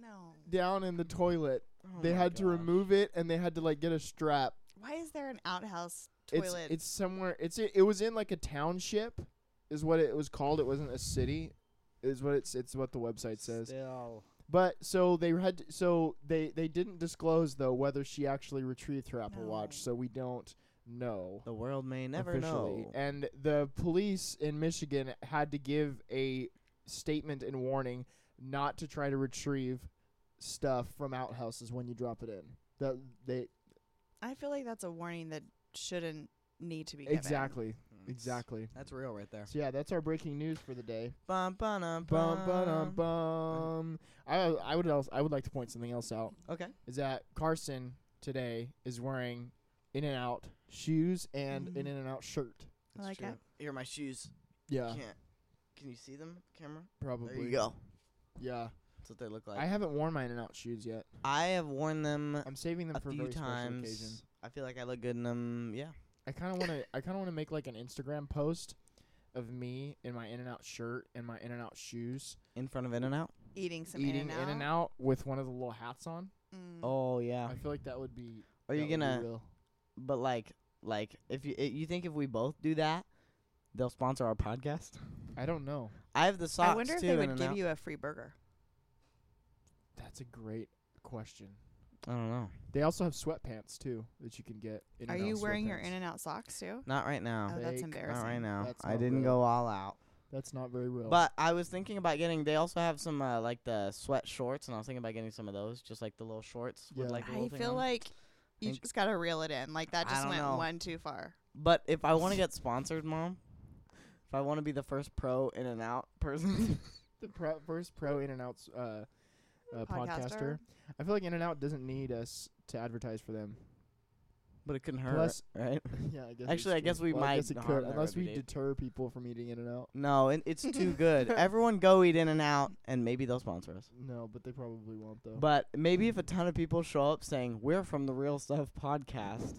Speaker 3: no.
Speaker 2: down in the toilet.
Speaker 1: Oh
Speaker 2: they
Speaker 1: my
Speaker 2: had to
Speaker 1: gosh.
Speaker 2: remove it, and they had to like get a strap.
Speaker 3: Why is there an outhouse
Speaker 2: It's
Speaker 3: toilet?
Speaker 2: it's somewhere. It's it, it was in like a township, is what it was called. It wasn't a city, is what it's it's what the website says.
Speaker 1: Still.
Speaker 2: But so they had to- so they they didn't disclose though whether she actually retrieved her Apple
Speaker 3: No.
Speaker 2: Watch, so we don't know
Speaker 1: The world may never
Speaker 2: officially. eh,
Speaker 1: know.
Speaker 2: And the police in Michigan had to give a statement and warning not to try to retrieve stuff from outhouses when you drop it in. That they
Speaker 3: I feel like that's a warning that shouldn't need to be given.
Speaker 2: exactly
Speaker 1: Mm.
Speaker 2: exactly.
Speaker 1: That's real right there.
Speaker 2: So yeah, that's our breaking news for the day.
Speaker 1: Bum, ba-dum,
Speaker 2: Bum bum
Speaker 1: bum.
Speaker 2: bum. I I would else I would like to point something else out
Speaker 1: Okay.
Speaker 2: is that Carson today is wearing In and Out shoes and an
Speaker 1: Mm-hmm.
Speaker 2: In and Out shirt.
Speaker 3: I like it.
Speaker 1: Here are my shoes.
Speaker 2: Yeah,
Speaker 1: Can't. Can you see them, camera?
Speaker 2: probably.
Speaker 1: There you go.
Speaker 2: Yeah,
Speaker 1: That's what they look like.
Speaker 2: I haven't worn my In and Out shoes yet.
Speaker 1: I have worn them
Speaker 2: I'm saving them
Speaker 1: a
Speaker 2: for a
Speaker 1: few
Speaker 2: very special occasion.
Speaker 1: times. I feel like I look good in them. Yeah.
Speaker 2: I kind of want to. I kind of want to make like an Instagram post of me in my In and Out shirt and my In and Out shoes,
Speaker 1: In front of In and Out.
Speaker 3: Eating some
Speaker 2: eating
Speaker 3: In-N-Out.
Speaker 2: In and Out with one of the little hats on.
Speaker 3: Mm.
Speaker 1: Oh yeah.
Speaker 2: I feel like that would be.
Speaker 1: Are
Speaker 2: that
Speaker 1: you
Speaker 2: would be
Speaker 1: gonna?
Speaker 2: real.
Speaker 1: But like, like if you i you think if we both do that, they'll sponsor our podcast.
Speaker 2: I don't know.
Speaker 1: I have the socks
Speaker 3: I wonder if
Speaker 1: too.
Speaker 3: they
Speaker 1: in
Speaker 3: would
Speaker 1: and
Speaker 3: give
Speaker 1: out.
Speaker 3: you a free burger.
Speaker 2: That's a great question.
Speaker 1: I don't know.
Speaker 2: They also have sweatpants too that you can get.
Speaker 3: Are
Speaker 2: In-N-Out
Speaker 3: you wearing your
Speaker 2: sweatpants.
Speaker 3: In and Out socks too?
Speaker 1: Not right now.
Speaker 3: Oh, that's
Speaker 2: Fake.
Speaker 1: Not right
Speaker 3: embarrassing.
Speaker 1: now.
Speaker 2: That's
Speaker 1: I
Speaker 2: not
Speaker 1: didn't
Speaker 2: real.
Speaker 1: go all out.
Speaker 2: That's not very real.
Speaker 1: But I was thinking about getting. They also have some uh, like the sweat shorts, and I was thinking about getting some of those, just like the little shorts with
Speaker 2: Yeah.
Speaker 1: like. The
Speaker 3: I
Speaker 1: little thing
Speaker 3: feel
Speaker 1: on 'em.
Speaker 3: like you
Speaker 1: Think-
Speaker 3: just gotta reel it in. Like that
Speaker 1: I
Speaker 3: just
Speaker 1: don't
Speaker 3: went
Speaker 1: know.
Speaker 3: one too far.
Speaker 1: But if I want to get sponsored, mom, if I want to be the first pro in and out person, [laughs]
Speaker 2: the pro- first pro In and Out uh, uh, podcaster.
Speaker 3: Podcaster.
Speaker 2: I feel like In and Out doesn't need us to advertise for them. [laughs]
Speaker 1: but it couldn't hurt,
Speaker 2: Plus-
Speaker 1: right?
Speaker 2: yeah, I guess.
Speaker 1: Actually,
Speaker 2: it's
Speaker 1: I
Speaker 2: true.
Speaker 1: guess we
Speaker 2: Well, I
Speaker 1: might
Speaker 2: guess it
Speaker 1: harm
Speaker 2: could,
Speaker 1: their
Speaker 2: unless we
Speaker 1: reputation.
Speaker 2: deter people from eating In and Out.
Speaker 1: No, it, it's
Speaker 2: [laughs]
Speaker 1: too good. Everyone go eat In and Out, and maybe they'll sponsor us.
Speaker 2: No, but they probably won't though.
Speaker 1: But maybe if a ton of people show up saying we're from the Real Stuff podcast,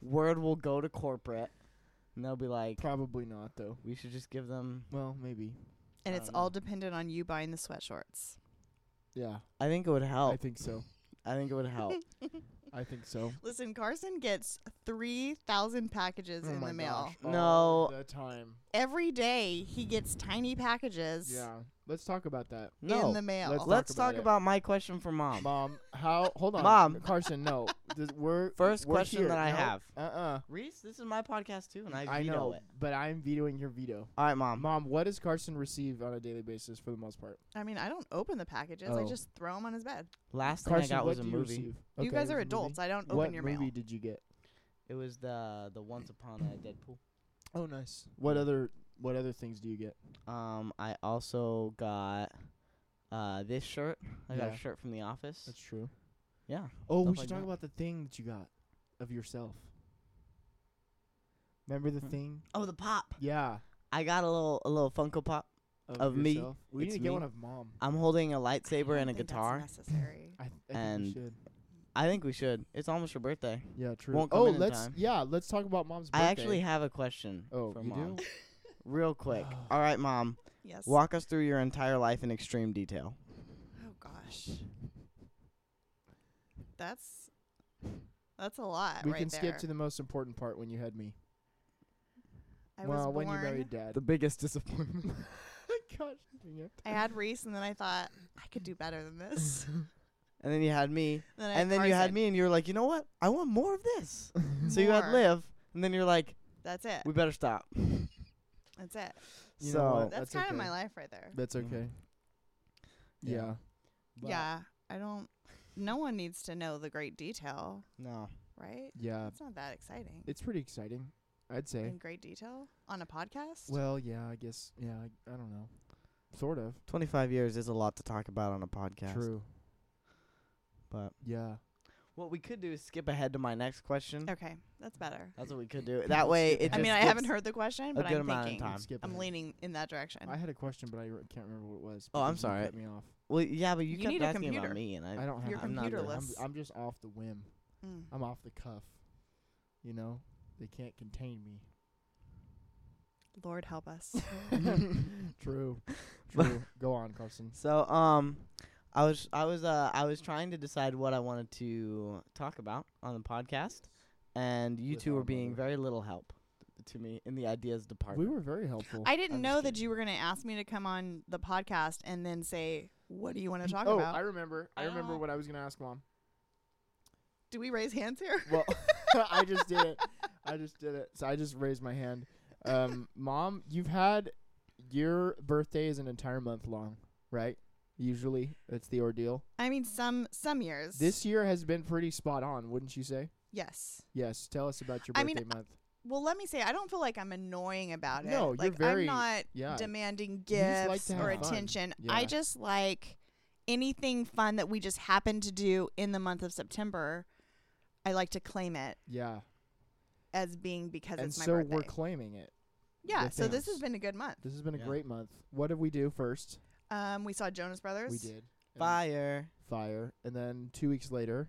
Speaker 1: word will go to corporate, and they'll be like,
Speaker 2: probably not though.
Speaker 1: we should just give them.
Speaker 2: Well, maybe.
Speaker 3: And
Speaker 1: I
Speaker 3: it's
Speaker 1: don't
Speaker 3: all
Speaker 1: know.
Speaker 3: dependent on you buying the sweatshorts.
Speaker 2: Yeah,
Speaker 1: I think it would
Speaker 2: I
Speaker 1: help.
Speaker 2: think so.
Speaker 1: I think it would
Speaker 2: [laughs]
Speaker 1: help.
Speaker 2: I think so.
Speaker 3: Listen, Carson gets three thousand packages
Speaker 1: Oh
Speaker 3: in the mail.
Speaker 2: Oh gosh, all
Speaker 1: No.
Speaker 2: the time.
Speaker 3: Every day he gets tiny packages
Speaker 2: Yeah, let's talk about that.
Speaker 1: no,
Speaker 3: in the mail.
Speaker 2: let's
Speaker 1: let's
Speaker 2: talk about
Speaker 1: talk
Speaker 2: it.
Speaker 1: about my question for mom.
Speaker 2: Mom, how? Hold on,
Speaker 1: Mom.
Speaker 2: Carson. No, this, we're
Speaker 1: [laughs] First
Speaker 2: we're
Speaker 1: question
Speaker 2: here.
Speaker 1: that I
Speaker 2: No,
Speaker 1: have.
Speaker 2: Uh-uh.
Speaker 1: Reese, this is my podcast too, and I veto
Speaker 2: I know,
Speaker 1: it. Um,
Speaker 2: but I'm vetoing your veto.
Speaker 1: All right, mom.
Speaker 2: Mom, what does Carson receive on a daily basis for the most part?
Speaker 3: I mean, I don't open the packages. I
Speaker 2: Oh.
Speaker 3: just throw them on his bed.
Speaker 1: Last thing
Speaker 2: Carson,
Speaker 1: I got
Speaker 2: what
Speaker 1: was a
Speaker 2: do you
Speaker 1: movie.
Speaker 2: receive?
Speaker 3: you
Speaker 2: Okay, it
Speaker 3: guys are
Speaker 2: was a movie.
Speaker 3: adults. I don't open
Speaker 2: What
Speaker 3: your
Speaker 2: movie
Speaker 3: mail.
Speaker 2: did you get?
Speaker 1: It was the the Once Upon a Deadpool.
Speaker 2: Oh, nice. What other What other things do you get?
Speaker 1: Um, I also got uh this shirt. I got
Speaker 2: Yeah.
Speaker 1: a shirt from the office.
Speaker 2: That's true.
Speaker 1: yeah.
Speaker 2: Oh, we
Speaker 1: Stuff
Speaker 2: should
Speaker 1: like
Speaker 2: talk
Speaker 1: that.
Speaker 2: about the thing that you got of yourself. Remember the
Speaker 1: Hmm.
Speaker 2: thing?
Speaker 3: Oh, the pop.
Speaker 2: Yeah.
Speaker 1: I got a little a little Funko Pop. Of me.
Speaker 2: yourself? We
Speaker 1: It's
Speaker 2: need to get
Speaker 1: me.
Speaker 2: one of mom.
Speaker 1: I'm holding a
Speaker 3: I don't
Speaker 1: lightsaber and a
Speaker 3: think that's
Speaker 1: guitar.
Speaker 3: necessary.
Speaker 2: I, th- I
Speaker 1: And-
Speaker 2: think we should.
Speaker 1: I think we should. It's almost your birthday.
Speaker 2: Yeah, true.
Speaker 1: won't come
Speaker 2: oh,
Speaker 1: in in
Speaker 2: let's
Speaker 1: time.
Speaker 2: yeah, let's talk about mom's birthday.
Speaker 1: I actually have a question
Speaker 2: Oh,
Speaker 1: for
Speaker 2: you
Speaker 1: mom.
Speaker 2: do?
Speaker 1: Real [sighs] quick. All right, mom.
Speaker 3: yes.
Speaker 1: Walk us through your entire life in extreme detail.
Speaker 3: Oh gosh. That's that's a lot
Speaker 2: we
Speaker 3: right
Speaker 2: can
Speaker 3: there.
Speaker 2: skip to the most important part when you had me.
Speaker 3: I was
Speaker 2: well,
Speaker 3: born.
Speaker 2: when you married
Speaker 3: [laughs]
Speaker 2: dad. [laughs]
Speaker 1: biggest disappointment.
Speaker 2: Gosh, dang it.
Speaker 3: I had Reese, and then I thought I could do better than this.
Speaker 1: and then you had me.
Speaker 3: Then I
Speaker 1: And then you had
Speaker 3: Carson.
Speaker 1: me, and you were like, you know what? I want more of [laughs] this. so you had
Speaker 3: More.
Speaker 1: live, and then you're like,
Speaker 3: That's it.
Speaker 1: we better stop.
Speaker 3: That's it.
Speaker 2: You know
Speaker 1: so
Speaker 2: what? That's
Speaker 3: That's, kind
Speaker 2: okay.
Speaker 3: of my life right there.
Speaker 2: That's
Speaker 1: Mhm.
Speaker 2: okay.
Speaker 1: Yeah.
Speaker 2: Yeah.
Speaker 1: but
Speaker 3: yeah. I don't. No one needs to know the great detail,
Speaker 1: No.
Speaker 3: right?
Speaker 2: Yeah.
Speaker 3: It's not that exciting.
Speaker 2: It's pretty exciting, I'd say.
Speaker 3: In great detail on a podcast.
Speaker 2: Well, yeah, I guess yeah, I, I don't know. Sort of.
Speaker 1: 25 years is a lot to talk about on a podcast.
Speaker 2: True.
Speaker 1: But
Speaker 2: Yeah.
Speaker 1: what we could do is skip ahead to my next question.
Speaker 3: okay, that's better.
Speaker 1: That's what we could [laughs] do. That way, it
Speaker 2: I
Speaker 3: I mean,
Speaker 1: just
Speaker 3: I haven't
Speaker 1: skips-
Speaker 3: heard the question,
Speaker 1: a
Speaker 3: but
Speaker 1: good
Speaker 3: I'm
Speaker 1: amount of
Speaker 3: thinking.
Speaker 1: time.
Speaker 2: Skip
Speaker 3: I'm
Speaker 2: ahead.
Speaker 3: leaning in that direction.
Speaker 2: I had a question, but I re- can't remember what it was.
Speaker 1: Oh, I'm
Speaker 2: because you
Speaker 1: sorry.
Speaker 2: Cut me off.
Speaker 1: Well, yeah, but you,
Speaker 3: You
Speaker 1: kept
Speaker 3: need a
Speaker 1: asking about
Speaker 3: computer.
Speaker 1: me, and I,
Speaker 2: I don't have
Speaker 3: You're
Speaker 2: I'm not good. I'm-
Speaker 3: computerless.
Speaker 2: I'm just off the whim.
Speaker 3: Mm.
Speaker 2: I'm off the cuff. You know, they can't contain me.
Speaker 3: Lord help us.
Speaker 2: [laughs]
Speaker 1: [laughs]
Speaker 2: True. [laughs] True. Go on, Carson.
Speaker 1: So, um, I was I was uh I was trying to decide what I wanted to talk about on the podcast, and you
Speaker 2: With
Speaker 1: two
Speaker 2: our
Speaker 1: were being
Speaker 2: mother.
Speaker 1: very little help to me in the ideas
Speaker 2: We
Speaker 1: department.
Speaker 2: were very helpful.
Speaker 3: I didn't
Speaker 1: I'm just
Speaker 3: know that
Speaker 1: kidding.
Speaker 3: you were going to ask me to come on the podcast and then say, "What do you want to talk
Speaker 2: oh,
Speaker 3: about?" Ah.
Speaker 2: I remember. I
Speaker 3: I
Speaker 2: remember
Speaker 3: don't-
Speaker 2: what I was gonna ask mom.
Speaker 3: do we raise hands here? [laughs]
Speaker 2: Well, [laughs] I just did it. I just did it. So I just raised my hand. [laughs] Um, mom, you've had your birthday is an entire month long, right? Usually, that's the ordeal.
Speaker 3: I mean, some some years.
Speaker 2: This year has been pretty spot on, wouldn't you say?
Speaker 3: yes.
Speaker 2: Yes. Tell us about your birthday
Speaker 3: I mean,
Speaker 2: month.
Speaker 3: Well, let me say, I don't feel like I'm annoying about it.
Speaker 2: No, you're
Speaker 3: like,
Speaker 2: very-
Speaker 3: I'm not
Speaker 2: Yeah.
Speaker 3: demanding
Speaker 2: You just
Speaker 3: gifts
Speaker 2: like to
Speaker 3: or
Speaker 2: have fun.
Speaker 3: attention.
Speaker 2: Yeah.
Speaker 3: I just like anything fun that we just happen to do in the month of September. I like to claim it
Speaker 2: yeah.
Speaker 3: as being because
Speaker 2: And
Speaker 3: it's my
Speaker 2: so
Speaker 3: birthday.
Speaker 2: we're claiming it.
Speaker 3: yeah,
Speaker 2: with
Speaker 3: so this
Speaker 2: us.
Speaker 3: has been a good month.
Speaker 2: This has been a
Speaker 1: Yeah.
Speaker 2: great month. What did we do first?
Speaker 3: Um, we saw Jonas Brothers.
Speaker 2: We did. And
Speaker 1: Fire!
Speaker 2: Fire. And then two weeks later,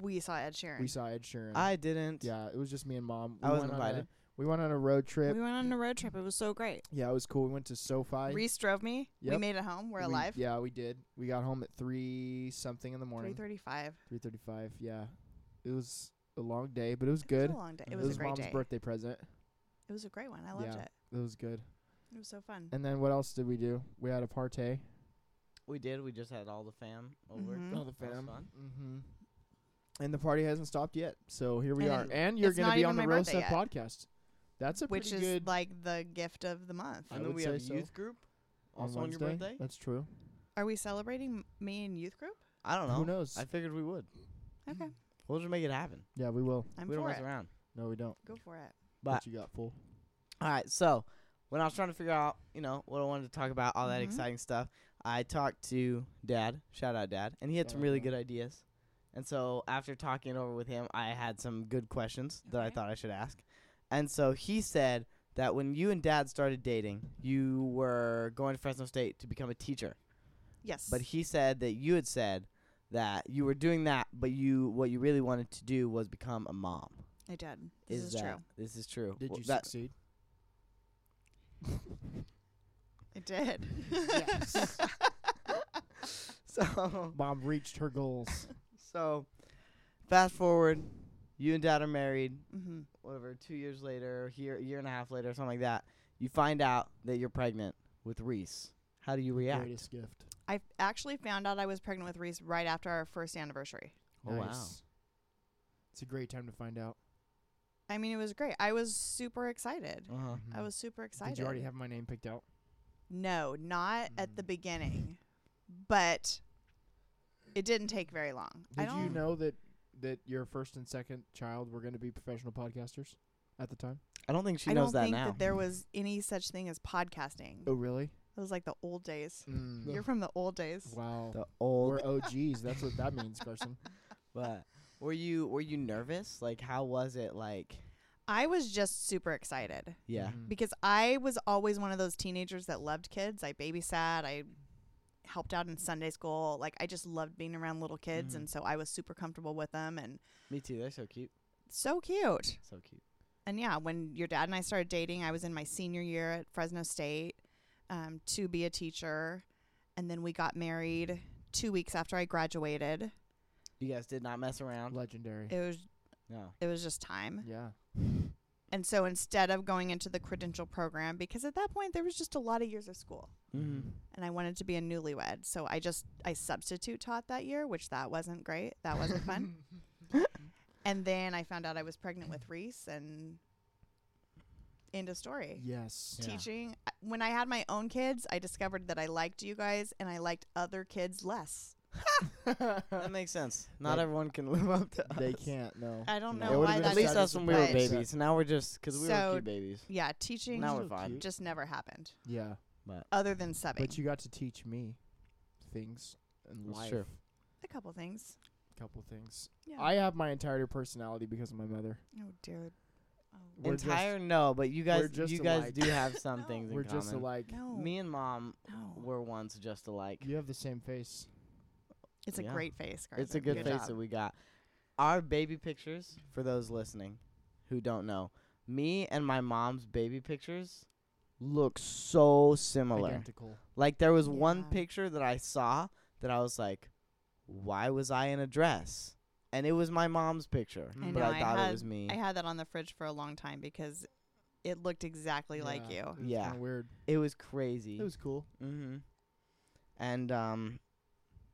Speaker 3: We saw Ed Sheeran.
Speaker 2: we saw Ed Sheeran.
Speaker 1: I didn't.
Speaker 2: yeah, it was just me and mom.
Speaker 1: I wasn't
Speaker 2: went on a-
Speaker 1: invited.
Speaker 2: we went on a road trip.
Speaker 3: We went on a road trip. It was so great.
Speaker 2: yeah, it was cool. We went to SoFi.
Speaker 3: Reese drove me. We
Speaker 2: Yep.
Speaker 3: made it home. We're
Speaker 2: We-
Speaker 3: alive.
Speaker 2: yeah, we did. We got home at three something in the morning.
Speaker 3: Three thirty-five.
Speaker 2: Three thirty-five. Yeah, it was a long day, but it was
Speaker 3: It
Speaker 2: good.
Speaker 3: was a long day.
Speaker 1: It
Speaker 3: It was a
Speaker 2: was
Speaker 3: great
Speaker 2: mom's
Speaker 3: day.
Speaker 2: birthday present.
Speaker 3: It was a great one. I loved
Speaker 2: Yeah.
Speaker 3: it.
Speaker 2: It was good.
Speaker 3: It was so fun.
Speaker 2: And then what else did we do? We had a party.
Speaker 1: we did. We just had all the fam over.
Speaker 3: Mhm. All
Speaker 1: That was fun.
Speaker 2: Mm-hmm. And the party hasn't stopped yet, so here we
Speaker 3: And
Speaker 2: are.
Speaker 3: it-
Speaker 2: And you're
Speaker 3: it's
Speaker 2: going to
Speaker 3: not
Speaker 2: be
Speaker 3: even
Speaker 2: on the
Speaker 3: my
Speaker 2: Real
Speaker 3: birthday
Speaker 2: Stuff
Speaker 3: yet.
Speaker 2: podcast. That's a
Speaker 3: Which
Speaker 2: pretty
Speaker 3: is
Speaker 2: good.
Speaker 3: like the gift of the month.
Speaker 2: I
Speaker 1: And then
Speaker 2: would
Speaker 1: we have a
Speaker 2: say so.
Speaker 1: youth group
Speaker 2: on
Speaker 1: also on your
Speaker 2: Wednesday.
Speaker 1: birthday.
Speaker 2: That's true.
Speaker 3: Are we celebrating m- me and youth group?
Speaker 1: I don't know.
Speaker 2: Who knows?
Speaker 1: I figured we would.
Speaker 3: Okay,
Speaker 1: Mm-hmm. We'll just make it happen.
Speaker 2: yeah, we will.
Speaker 3: I'm
Speaker 1: we don't
Speaker 3: for
Speaker 1: mess
Speaker 3: it.
Speaker 1: around.
Speaker 2: No, we don't.
Speaker 3: Go for it.
Speaker 1: But
Speaker 2: what you got full?
Speaker 1: All right, so when I was trying to figure out, you know, what I wanted to talk about, all that
Speaker 3: Mhm.
Speaker 1: exciting stuff, I talked to Dad. Shout out, Dad, and he had
Speaker 2: Shout
Speaker 1: some
Speaker 2: out,
Speaker 1: really
Speaker 2: Dad.
Speaker 1: good ideas. And so after talking it over with him, I had some good questions that I
Speaker 3: Okay.
Speaker 1: thought I should ask. And so he said that when you and Dad started dating, you were going to Fresno State to become a teacher.
Speaker 3: Yes.
Speaker 1: But he said that you had said that you were doing that, but you what you really wanted to do was become a mom.
Speaker 3: I did. This is,
Speaker 1: that
Speaker 3: true.
Speaker 1: this is true?
Speaker 2: Did
Speaker 1: Well,
Speaker 2: you
Speaker 1: that-
Speaker 2: succeed?
Speaker 3: I did.
Speaker 1: [laughs]
Speaker 2: Yes. [laughs]
Speaker 1: so
Speaker 2: Mom reached
Speaker 1: [laughs]
Speaker 2: her goals.
Speaker 1: So, fast forward, you and dad are married.
Speaker 3: [laughs] mm-hmm.
Speaker 1: Whatever, two years later, here, a year and a half later, something like that. You find out that you're pregnant with Reese. How do you react?
Speaker 2: Greatest gift.
Speaker 3: I f- actually found out I was pregnant with Reese right after our first anniversary.
Speaker 1: Oh, wow.
Speaker 2: It's a great time to find out.
Speaker 3: I mean, it was great. I was super excited.
Speaker 1: Uh-huh.
Speaker 3: I was super
Speaker 2: Mm-hmm.
Speaker 3: excited.
Speaker 2: Did you already have my name picked out?
Speaker 3: No, not at the
Speaker 2: Mm.
Speaker 3: beginning, but it didn't take very long. I
Speaker 2: Did
Speaker 3: don't.
Speaker 2: you know that that your first and second child were going to be professional podcasters at the time?
Speaker 1: I don't think she
Speaker 3: I
Speaker 1: knows
Speaker 3: don't
Speaker 1: that
Speaker 3: think
Speaker 1: now.
Speaker 3: that there was any such thing as podcasting.
Speaker 2: Oh, really?
Speaker 3: It was like the old days. You're from the old days.
Speaker 2: Mm. [laughs] Wow.
Speaker 1: the old,
Speaker 2: We're OGs. That's what that means, Carson.
Speaker 1: but were you were you nervous? Like, how was it? Like,
Speaker 3: I was just super excited
Speaker 1: [laughs] Yeah.
Speaker 2: Mhm.
Speaker 3: because I was always one of those teenagers that loved kids. I babysat, I helped out in Sunday school. Like I just loved being around little kids
Speaker 2: Mm-hmm.
Speaker 1: Mhm.
Speaker 3: and so I was super comfortable with them and
Speaker 1: Me too. They're so cute.
Speaker 3: so cute.
Speaker 1: So cute.
Speaker 3: And yeah, when your dad and I started dating, I was in my senior year at Fresno State um, to be a teacher. And then we got married two weeks after I graduated.
Speaker 1: You guys did not mess around.
Speaker 2: Legendary.
Speaker 3: It was
Speaker 1: No.
Speaker 3: it was just time.
Speaker 2: yeah.
Speaker 3: And so instead of going into the credential program, because at that point there was just a lot of years of school.
Speaker 1: Mm-hmm.
Speaker 3: and I wanted to be a newlywed. So I just I substitute taught that year, which that wasn't great. That wasn't fun. And then I found out I was pregnant with Reese and end of story.
Speaker 2: Yes.
Speaker 1: [laughs] Yeah.
Speaker 3: Teaching when I had my own kids, I discovered that I liked you guys and I liked other kids less.
Speaker 1: [laughs] That makes sense. Not
Speaker 2: Like,
Speaker 1: everyone can [laughs] live up to
Speaker 2: they
Speaker 1: us.
Speaker 2: can't. No.
Speaker 3: I don't
Speaker 1: No.
Speaker 2: It
Speaker 3: know
Speaker 2: would've
Speaker 3: why
Speaker 2: been
Speaker 1: At
Speaker 3: that
Speaker 2: a
Speaker 1: least
Speaker 2: sad
Speaker 1: us when we were
Speaker 3: surprise.
Speaker 1: babies. Now we're just because we were
Speaker 3: So-
Speaker 1: cute babies.
Speaker 3: Yeah, teaching
Speaker 1: Now we're
Speaker 2: so
Speaker 1: fine.
Speaker 2: cute.
Speaker 3: just never happened
Speaker 2: Yeah.
Speaker 3: other than subbing.
Speaker 2: But you got to teach me things and
Speaker 1: That's
Speaker 2: life.
Speaker 1: true.
Speaker 3: a couple things.
Speaker 2: Couple things.
Speaker 3: Yeah.
Speaker 2: I have my entire personality because of my mother.
Speaker 3: oh dear. Oh,
Speaker 2: We're just-
Speaker 1: Entire no, but you guys,
Speaker 2: we're just
Speaker 1: you guys
Speaker 2: alike.
Speaker 1: do
Speaker 2: [laughs]
Speaker 1: have some
Speaker 3: No.
Speaker 1: things in
Speaker 2: We're
Speaker 1: common.
Speaker 2: just alike.
Speaker 3: no.
Speaker 1: Me and mom
Speaker 3: no.
Speaker 1: were once just alike.
Speaker 2: You have the same face.
Speaker 3: It's a
Speaker 1: Yeah.
Speaker 3: great face, Carson.
Speaker 1: It's a good face
Speaker 3: job.
Speaker 1: that we got. Our baby pictures, for those listening who don't know, me and my mom's baby pictures look so similar.
Speaker 2: Identical.
Speaker 1: Like there was one
Speaker 3: Yeah.
Speaker 1: picture that I saw that I was like, why was I in a dress? And it was my mom's picture,
Speaker 2: I
Speaker 1: but
Speaker 3: know,
Speaker 1: I
Speaker 3: I
Speaker 1: thought it
Speaker 3: had-
Speaker 1: was me.
Speaker 3: I had that on the fridge for a long time because it looked exactly like
Speaker 2: Yeah,
Speaker 3: you.
Speaker 2: it was
Speaker 1: Yeah.
Speaker 2: kinda weird.
Speaker 1: it was crazy.
Speaker 2: It was cool.
Speaker 1: mm-hmm. And um,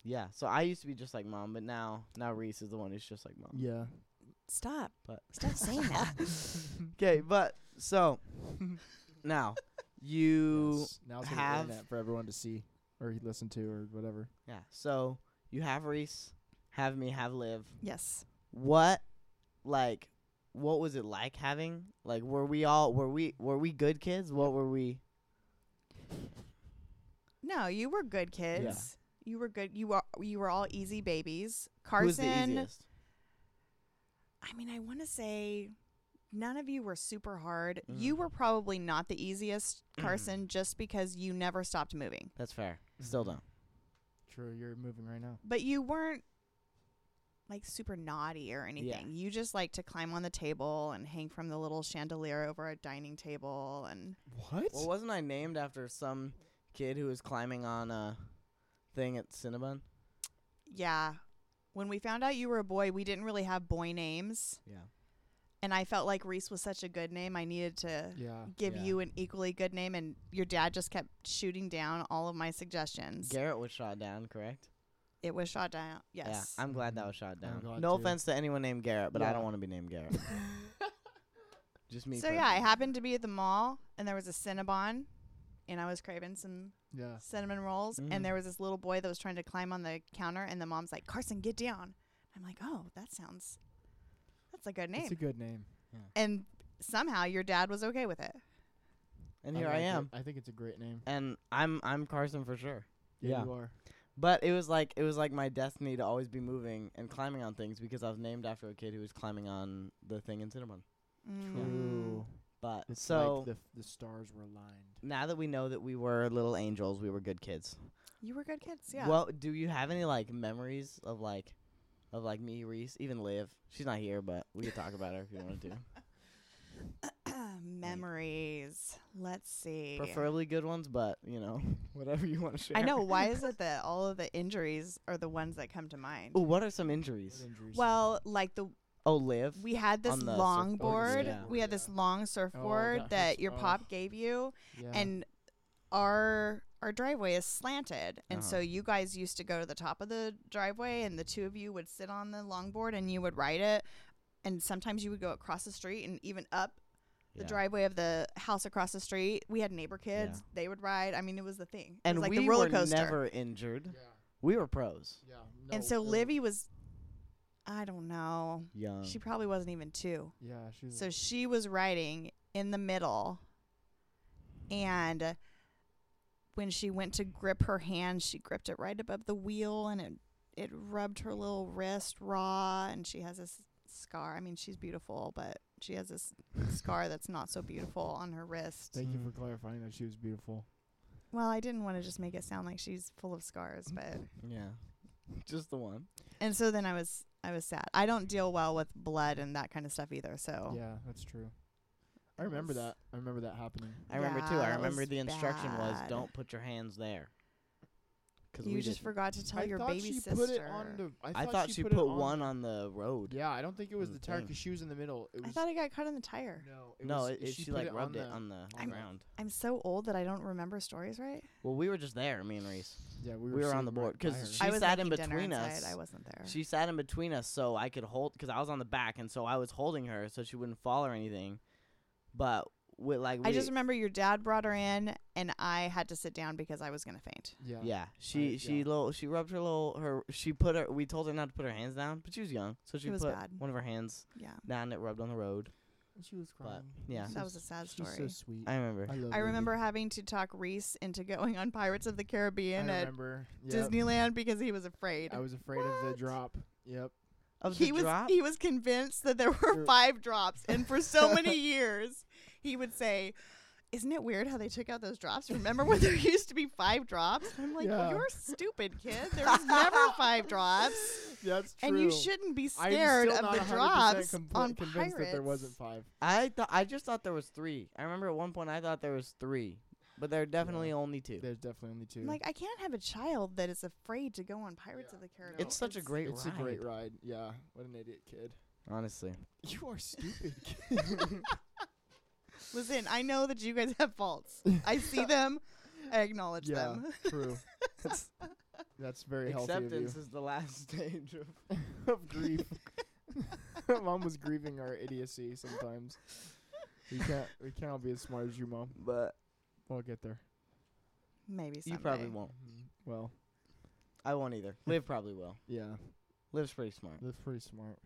Speaker 1: yeah. So I used to be just like mom, but now now Reese is the one who's just like mom.
Speaker 2: Yeah.
Speaker 3: Stop.
Speaker 1: But-
Speaker 3: Stop
Speaker 1: [laughs]
Speaker 3: saying that.
Speaker 1: Okay, but so now you
Speaker 2: Yes. Now's on the
Speaker 1: have-
Speaker 2: internet for everyone to see or listen to or whatever.
Speaker 1: yeah. So you have Reese, have me, have Liv.
Speaker 3: Yes.
Speaker 1: What like what was it like having like were we all were we were we good kids? What were we?
Speaker 3: No, you were good kids. You were good. You were you were all easy babies.
Speaker 1: Who was the
Speaker 3: Carson.
Speaker 1: easiest?
Speaker 3: I mean, I want to say none of you were super hard. You
Speaker 1: Mhm.
Speaker 3: were probably not the easiest,
Speaker 1: Mm-hmm.
Speaker 3: Carson, just because you never stopped moving.
Speaker 1: That's fair. Still
Speaker 2: Mhm.
Speaker 1: don't.
Speaker 2: True, you're moving right now.
Speaker 3: But you weren't like super naughty or anything. You just like to climb on the table and hang from the little chandelier over a dining table and
Speaker 2: What?
Speaker 1: Well, wasn't I named after some kid who was climbing on a thing at Cinnabon?
Speaker 3: Yeah. When we found out you were a boy, we didn't really have boy names.
Speaker 1: Yeah.
Speaker 3: And I felt like Reese was such a good name. I needed to
Speaker 2: yeah.
Speaker 3: give
Speaker 1: yeah.
Speaker 3: you an equally good name. And your dad just kept shooting down all of my suggestions.
Speaker 1: Garrett was shot down, correct?
Speaker 3: it was shot down. Yes.
Speaker 1: Yeah. I'm glad that
Speaker 2: Mhm.
Speaker 1: was shot
Speaker 2: I'm
Speaker 1: down.
Speaker 2: glad
Speaker 1: no
Speaker 2: too.
Speaker 1: offense to anyone named Garrett, but I
Speaker 2: Yeah.
Speaker 1: don't want to be named Garrett.
Speaker 3: [laughs]
Speaker 1: Just me.
Speaker 3: so, yeah, I
Speaker 1: personally.
Speaker 3: happened to be at the mall and there was a Cinnabon. And I was craving some
Speaker 2: Yeah.
Speaker 3: cinnamon rolls.
Speaker 1: Mhm.
Speaker 3: And there was this little boy that was trying to climb on the counter. And the mom's like, Carson, get down. I'm like, oh, that sounds, that's a good name.
Speaker 2: It's a good name.
Speaker 3: and somehow your dad was okay with it.
Speaker 1: and here I,
Speaker 2: like it.
Speaker 1: am,
Speaker 2: I think it's a great name.
Speaker 1: and I'm I'm Carson for sure. Yeah.
Speaker 2: you are.
Speaker 1: But it was like it was like my destiny to always be moving and climbing on things because I was named after a kid who was climbing on the thing in Cinnabon.
Speaker 3: Mm.
Speaker 2: True.
Speaker 1: But
Speaker 2: It's
Speaker 1: so
Speaker 2: like the, f- the stars were aligned.
Speaker 1: now that we know that we were little angels, we were good kids.
Speaker 3: You were good kids, yeah.
Speaker 1: Well, do you have any like memories of like, of like me, Reese, even Liv? She's not here, but we could talk about her if you
Speaker 3: [laughs]
Speaker 1: wanted to.
Speaker 3: [clears throat] Memories. Let's see.
Speaker 1: Preferably good ones, but you know, [laughs] whatever you want to share. [laughs]
Speaker 3: I know. Why is it that all of the injuries are the ones that come to mind?
Speaker 1: Ooh, what are some injuries?
Speaker 2: What injuries?
Speaker 3: Well, like the
Speaker 1: Oh, Liv.
Speaker 3: we had this
Speaker 1: On the surf-
Speaker 3: long
Speaker 1: oh,
Speaker 3: board.
Speaker 1: yeah.
Speaker 3: We had this
Speaker 2: Yeah.
Speaker 3: long surfboard
Speaker 2: that
Speaker 3: that,
Speaker 2: hurts.
Speaker 3: your
Speaker 2: Oh.
Speaker 3: pop gave you,
Speaker 2: yeah.
Speaker 3: and our our driveway is slanted, and
Speaker 1: Uh-huh.
Speaker 3: so you guys used to go to the top of the driveway, and the two of you would sit on the longboard and you would ride it, and sometimes you would go across the street and even up the
Speaker 1: Yeah.
Speaker 3: driveway of the house across the street. We had neighbor kids; they would ride. I mean, it was the thing. it
Speaker 1: And
Speaker 3: was like
Speaker 1: we
Speaker 3: the roller
Speaker 1: were
Speaker 3: coaster.
Speaker 1: never injured.
Speaker 2: yeah,
Speaker 1: We were pros.
Speaker 2: yeah.
Speaker 3: and
Speaker 2: no,
Speaker 3: so
Speaker 2: it was-
Speaker 3: Livy was, I don't know,
Speaker 1: Young.
Speaker 3: she probably wasn't even two.
Speaker 2: Yeah, she was.
Speaker 3: So she was riding in the middle, and when she went to grip her hand, she gripped it right above the wheel, and it it rubbed her little wrist raw, and she has this scar. I mean, she's beautiful, but she has this scar that's not so beautiful on her wrist.
Speaker 2: Thank you
Speaker 1: Mm.
Speaker 2: for clarifying that she was beautiful.
Speaker 3: Well, I didn't want to just make it sound like she's full of scars,
Speaker 1: Mm.
Speaker 3: but
Speaker 1: Yeah. [laughs] Just the one.
Speaker 3: and so then I was I was sad. I don't deal well with blood and that kind of stuff either. So
Speaker 2: Yeah, that's true. I remember
Speaker 3: was-
Speaker 2: that. I remember that happening.
Speaker 1: I remember too.
Speaker 3: Yeah,
Speaker 1: I
Speaker 3: that
Speaker 1: remember
Speaker 3: was
Speaker 1: the instruction was
Speaker 3: bad.
Speaker 1: don't put your hands there. 'Cause
Speaker 3: you
Speaker 1: we
Speaker 3: just
Speaker 1: didn't.
Speaker 3: forgot to tell
Speaker 2: I
Speaker 3: your
Speaker 2: thought
Speaker 3: baby
Speaker 2: she
Speaker 3: sister.
Speaker 2: put it on the. I
Speaker 1: I
Speaker 2: thought,
Speaker 1: thought she
Speaker 2: it
Speaker 1: put
Speaker 2: on
Speaker 1: one
Speaker 2: the-
Speaker 1: on the road.
Speaker 2: Yeah, I don't think it was
Speaker 1: the
Speaker 2: the tire
Speaker 1: thing.
Speaker 2: because she was in the middle. It
Speaker 3: I
Speaker 2: was,
Speaker 3: thought it got caught on the tire.
Speaker 2: no, it
Speaker 1: no,
Speaker 2: was,
Speaker 1: it, it- she,
Speaker 2: put
Speaker 1: like rubbed
Speaker 2: on
Speaker 1: it
Speaker 2: the-
Speaker 1: on the
Speaker 2: I'm-
Speaker 1: ground.
Speaker 3: I'm so old that I don't remember stories right.
Speaker 1: Well, we were just there, me and Reese.
Speaker 2: Yeah,
Speaker 1: We
Speaker 2: we were,
Speaker 1: were on
Speaker 2: sitting
Speaker 1: the
Speaker 2: right
Speaker 1: board, 'cause
Speaker 2: by her.
Speaker 1: she-
Speaker 3: I was
Speaker 1: sat in
Speaker 3: making dinner
Speaker 1: between
Speaker 3: inside.
Speaker 1: us.
Speaker 3: I wasn't there.
Speaker 1: She sat in between us so I could hold because I was on the back and so I was holding her so she wouldn't fall or anything. But with like we,
Speaker 3: I just remember your dad brought her in, and I had to sit down because I was gonna faint.
Speaker 2: yeah.
Speaker 1: yeah, she
Speaker 2: I-
Speaker 1: she
Speaker 2: yeah.
Speaker 1: little she rubbed her little her she put her we told her not to put her hands down but she was young so she
Speaker 3: It was
Speaker 1: put
Speaker 3: bad.
Speaker 1: one of her hands
Speaker 3: Yeah,
Speaker 1: down it rubbed on the road.
Speaker 2: She was
Speaker 1: But,
Speaker 2: crying.
Speaker 1: yeah.
Speaker 3: that was a sad
Speaker 2: She's
Speaker 3: story.
Speaker 2: so sweet.
Speaker 1: I remember.
Speaker 2: I, love
Speaker 3: I
Speaker 2: Lily.
Speaker 3: remember having to talk Reese into [laughs] going on Pirates of the
Speaker 2: I
Speaker 3: Caribbean at
Speaker 2: remember. Yep.
Speaker 3: Disneyland because he was afraid.
Speaker 2: I was afraid of the
Speaker 3: What?
Speaker 2: drop. Yep.
Speaker 1: Of
Speaker 3: he
Speaker 1: the
Speaker 3: was
Speaker 1: drop?
Speaker 3: he was convinced that there were
Speaker 2: There-
Speaker 3: five drops, and
Speaker 2: [laughs]
Speaker 3: for so many years, he would say. Isn't it weird how they took out those drops? Remember when there [laughs] used to be five drops? I'm like,
Speaker 2: Yeah.
Speaker 3: you're stupid,
Speaker 2: [laughs]
Speaker 3: kid. There was never five drops,
Speaker 2: That's true.
Speaker 3: and you shouldn't be
Speaker 2: I'm
Speaker 3: scared
Speaker 2: still
Speaker 3: of
Speaker 2: not
Speaker 3: the
Speaker 2: 100%
Speaker 3: drops
Speaker 2: compl-
Speaker 3: on
Speaker 2: convinced
Speaker 3: pirates.
Speaker 2: that there wasn't five.
Speaker 1: I thought I just thought there was three. I remember at one point I thought there was three, but there are definitely only two.
Speaker 2: There's definitely only two.
Speaker 3: I'm Like I can't have a child that is afraid to go on Pirates of the Caribbean.
Speaker 1: it's such a great
Speaker 2: it's
Speaker 1: ride.
Speaker 2: a great ride. Yeah. What an idiot kid.
Speaker 1: Honestly,
Speaker 2: [laughs]
Speaker 3: [laughs]
Speaker 2: You are stupid. kid.
Speaker 3: Listen, I know that you guys have faults. I
Speaker 2: [laughs]
Speaker 3: see them. I acknowledge
Speaker 2: Yeah.
Speaker 3: them.
Speaker 2: [laughs]
Speaker 3: [laughs]
Speaker 2: True. That's very healthy of you.
Speaker 1: acceptance is the last [laughs] stage of
Speaker 2: [laughs] of grief. [laughs]
Speaker 1: [laughs]
Speaker 2: mom was grieving our idiocy sometimes. We can't we can't all be as smart as you, mom.
Speaker 1: but
Speaker 2: We'll get there.
Speaker 3: Maybe someday.
Speaker 1: you probably won't.
Speaker 3: Mm-hmm.
Speaker 2: Well,
Speaker 1: I won't either. Liv probably will.
Speaker 2: yeah,
Speaker 1: Liv's pretty smart.
Speaker 2: that's pretty smart.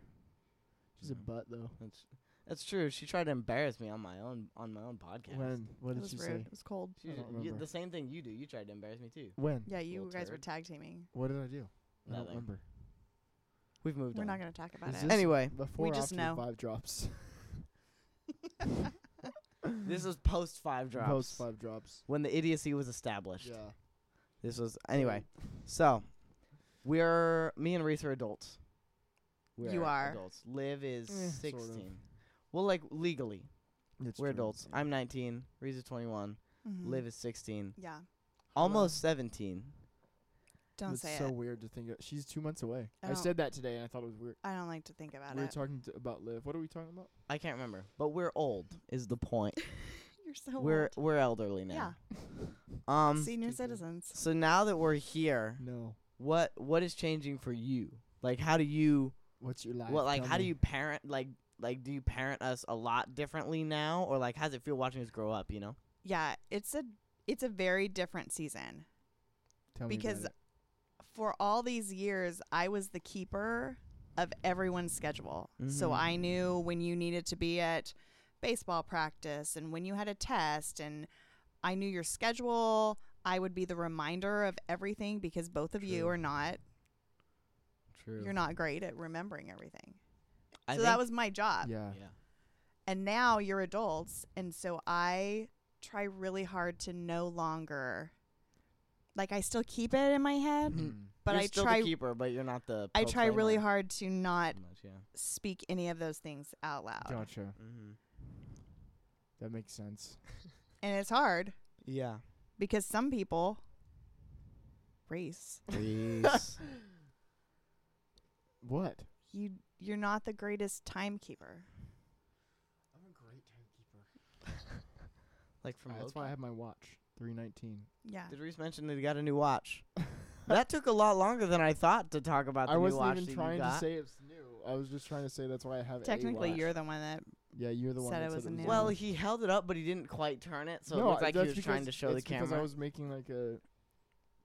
Speaker 2: She's a
Speaker 1: Yeah.
Speaker 2: butt though.
Speaker 1: That's that's true. She tried to embarrass me on my own on my own podcast.
Speaker 2: When? What
Speaker 3: It
Speaker 2: did
Speaker 3: was
Speaker 2: she
Speaker 3: rude.
Speaker 2: say?
Speaker 3: It was cold.
Speaker 1: She
Speaker 2: I don't
Speaker 1: you,
Speaker 2: remember.
Speaker 1: the same thing you do. You tried to embarrass me too.
Speaker 2: When?
Speaker 3: Yeah, you
Speaker 1: Little
Speaker 3: guys were
Speaker 1: turd.
Speaker 3: tag teaming.
Speaker 2: What did I do? I
Speaker 1: Nothing.
Speaker 2: don't remember.
Speaker 1: We've moved
Speaker 3: We're
Speaker 1: on.
Speaker 3: not gonna talk about
Speaker 2: Is
Speaker 3: it.
Speaker 2: this-
Speaker 1: anyway,
Speaker 2: Before or
Speaker 3: just
Speaker 2: after
Speaker 3: know.
Speaker 2: the five
Speaker 3: [laughs]
Speaker 2: drops.
Speaker 1: this was post five drops.
Speaker 2: Mm. Post five drops.
Speaker 1: When the idiocy was established.
Speaker 2: Yeah.
Speaker 1: This was anyway. So we're me and Reese are adults.
Speaker 3: You are.
Speaker 1: adults. Liv is
Speaker 2: Eh, sort of.
Speaker 1: sixteen. Well, like legally,
Speaker 2: It's
Speaker 1: we're
Speaker 2: true. Mm.
Speaker 1: adults. I'm 19. Reese is 21.
Speaker 3: Mhm.
Speaker 1: Liv is 16.
Speaker 3: Yeah.
Speaker 1: Almost 17.
Speaker 3: Don't
Speaker 2: it's
Speaker 3: say
Speaker 2: so
Speaker 3: it.
Speaker 2: weird to think of. She's two months away.
Speaker 3: I
Speaker 2: I
Speaker 3: don't-
Speaker 2: said that today, and I thought it was weird.
Speaker 3: I don't like to think about
Speaker 2: We were
Speaker 3: it.
Speaker 2: talking to, about Liv. What are we talking about?
Speaker 1: I can't remember, but we're old is the point.
Speaker 3: You're so
Speaker 1: we're
Speaker 3: old.
Speaker 1: we're elderly now. Yeah. Um.
Speaker 3: Senior
Speaker 2: Stupid.
Speaker 3: citizens.
Speaker 1: So now that we're here,
Speaker 2: No.
Speaker 1: what what is changing for you? Like, how do you
Speaker 2: What's your life?
Speaker 1: what like
Speaker 2: Tell
Speaker 1: how do
Speaker 2: me.
Speaker 1: you parent like like do you parent us a lot differently now or like how does it feel watching us grow up? You know.
Speaker 3: Yeah, it's a it's a very different season.
Speaker 2: Tell me about
Speaker 3: because
Speaker 2: it.
Speaker 3: for all these years, I was the keeper of everyone's schedule. So
Speaker 1: Mhm.
Speaker 3: I knew when you needed to be at baseball practice and when you had a test, and I knew your schedule. I would be the reminder of everything because both of you
Speaker 2: True.
Speaker 3: are not
Speaker 1: True.
Speaker 3: you're not great at remembering everything.
Speaker 1: I
Speaker 3: so that
Speaker 1: think-
Speaker 3: was my job.
Speaker 2: yeah.
Speaker 1: Yeah.
Speaker 3: And now you're adults and so I try really hard to no longer like I still keep it in my head,
Speaker 2: Hmm.
Speaker 3: but
Speaker 1: Mm-hmm. You're
Speaker 3: I
Speaker 1: still
Speaker 3: try
Speaker 1: the keeper, but you're not the.
Speaker 3: I try really
Speaker 1: proclaimer
Speaker 3: hard to not
Speaker 1: Much, yeah.
Speaker 3: speak any of those things out loud.
Speaker 2: Gotcha.
Speaker 1: Mm-hmm.
Speaker 2: That makes sense.
Speaker 3: And it's hard
Speaker 1: Yeah.
Speaker 3: because some people Reese,
Speaker 1: Please.
Speaker 2: What?
Speaker 3: you you're not the greatest timekeeper.
Speaker 2: I'm a great timekeeper.
Speaker 1: [laughs] like from
Speaker 2: That's
Speaker 1: Loki.
Speaker 2: why I have my watch. Three nineteen.
Speaker 3: Yeah.
Speaker 1: Did Reese mention that he got a new watch? that took a lot longer than I thought to talk about the
Speaker 2: I
Speaker 1: new
Speaker 2: wasn't
Speaker 1: watch
Speaker 2: even
Speaker 1: that
Speaker 2: trying
Speaker 1: you
Speaker 2: to
Speaker 1: got.
Speaker 2: say it's new. I was just trying to say that's why I have. a
Speaker 3: Technically
Speaker 2: watch.
Speaker 3: you're the one that
Speaker 2: Yeah, you're the one
Speaker 3: said
Speaker 2: that
Speaker 3: it was
Speaker 2: said
Speaker 3: a new
Speaker 1: Well,
Speaker 3: one.
Speaker 1: he held it up, but he didn't quite turn it, so it
Speaker 2: no,
Speaker 1: looked like he
Speaker 2: that's
Speaker 1: was trying
Speaker 2: because-
Speaker 1: to show the
Speaker 2: it's Because
Speaker 1: camera.
Speaker 2: I was making like a.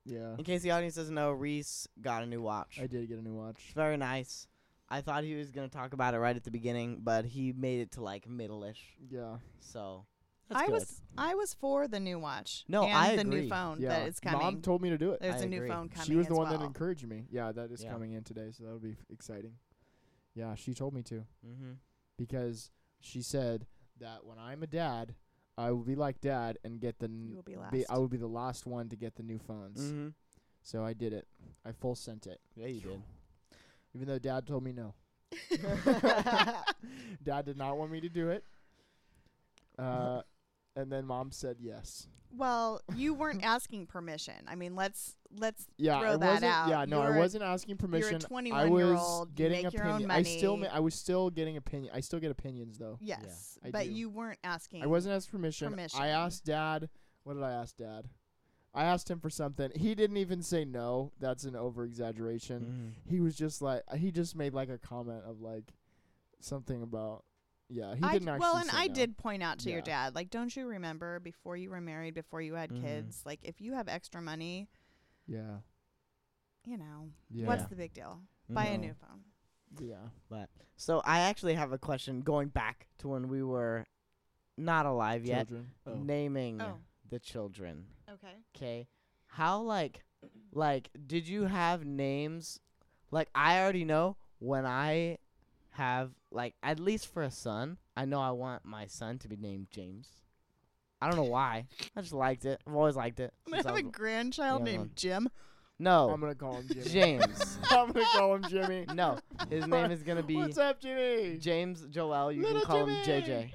Speaker 2: Yeah,
Speaker 1: In case the audience doesn't know, Reese got a new watch.
Speaker 2: I did get a new
Speaker 1: It's
Speaker 2: watch.
Speaker 1: very nice. I thought he was gonna talk about it right at the beginning, but he made it to like middle-ish.
Speaker 2: Yeah,
Speaker 1: So that's
Speaker 3: I
Speaker 1: good.
Speaker 3: was I was for the new watch.
Speaker 1: No,
Speaker 3: and
Speaker 1: I
Speaker 3: the
Speaker 1: agree.
Speaker 3: new phone
Speaker 2: yeah.
Speaker 3: that is coming.
Speaker 2: Mom told me to do it.
Speaker 3: There's
Speaker 1: I
Speaker 3: a new
Speaker 1: agree.
Speaker 3: phone coming.
Speaker 2: she was the
Speaker 3: as
Speaker 2: one that
Speaker 3: well.
Speaker 2: encouraged me. Yeah, that is
Speaker 1: Yeah.
Speaker 2: coming in today, so that'll be f- exciting. Yeah, she told me to
Speaker 1: Mm-hmm.
Speaker 2: because she said that when I'm a dad, I will be like dad and get the n-
Speaker 3: You will be last.
Speaker 2: be, I will be the last one to get the new phones.
Speaker 1: Mm-hmm.
Speaker 2: So I did it. I full sent it.
Speaker 1: Yeah, you did.
Speaker 2: Even though dad told me
Speaker 3: [laughs]
Speaker 2: no. Mm-hmm.
Speaker 1: [laughs]
Speaker 2: dad did not want me to do
Speaker 3: [laughs]
Speaker 2: it. Uh, and then mom said yes.
Speaker 3: well,
Speaker 2: [laughs]
Speaker 3: you weren't asking permission. I mean, let's let's
Speaker 2: Yeah,
Speaker 3: Throw
Speaker 2: I
Speaker 3: that
Speaker 2: wasn't.
Speaker 3: out.
Speaker 2: Yeah, no,
Speaker 3: You're
Speaker 2: I
Speaker 3: a-
Speaker 2: wasn't asking
Speaker 3: you're a
Speaker 2: permission.
Speaker 3: 21
Speaker 2: I
Speaker 3: year
Speaker 2: was
Speaker 3: old. You
Speaker 2: getting
Speaker 3: make your own
Speaker 2: opinion.
Speaker 3: money.
Speaker 2: I still, ma- I was still getting opinion. I still get opinions though.
Speaker 3: yes,
Speaker 2: I
Speaker 3: but
Speaker 2: do.
Speaker 3: you weren't asking.
Speaker 2: I wasn't asked permission.
Speaker 3: Permission.
Speaker 2: I asked dad. What did I ask dad? I asked him for something. He didn't even say no. That's an over exaggeration.
Speaker 1: Mm-hmm.
Speaker 2: He was just like he just made like a comment of like something about yeah he
Speaker 3: I
Speaker 2: didn't
Speaker 3: d-
Speaker 2: actually
Speaker 3: well, and
Speaker 2: say
Speaker 3: I
Speaker 2: no.
Speaker 3: did point out to your
Speaker 2: Yeah. Mm-hmm.
Speaker 3: dad, like, don't you remember before you were married, before you had
Speaker 1: Mhm.
Speaker 3: kids, like, if you have extra money,
Speaker 2: yeah
Speaker 3: you know,
Speaker 2: yeah Mm-hmm.
Speaker 3: what's the big deal? Buy a
Speaker 2: No.
Speaker 3: new phone.
Speaker 2: yeah
Speaker 1: So I actually have a question going back to when we were not alive yet,
Speaker 2: children
Speaker 1: naming
Speaker 3: Oh.
Speaker 1: the children.
Speaker 2: [laughs]
Speaker 3: Okay.
Speaker 1: Okay. How like like did you have names like I already know when I have like at least for a son, I know I want my son to be named James. I don't know why. I just liked it. I've always liked it.
Speaker 3: I'm
Speaker 1: since
Speaker 3: gonna
Speaker 1: I
Speaker 3: have a
Speaker 1: was-
Speaker 3: grandchild
Speaker 1: Yeah,
Speaker 3: named
Speaker 1: one.
Speaker 3: Jim.
Speaker 2: Oh. I'm
Speaker 1: no,
Speaker 2: gonna call him Jimmy
Speaker 1: James.
Speaker 2: [laughs] I'm gonna call him Jimmy
Speaker 1: [laughs]
Speaker 2: [laughs]
Speaker 1: no, his name is gonna be
Speaker 2: what's up Jimmy
Speaker 1: James Joel. You can
Speaker 2: Little
Speaker 1: call him
Speaker 2: Jimmy!
Speaker 1: JJ.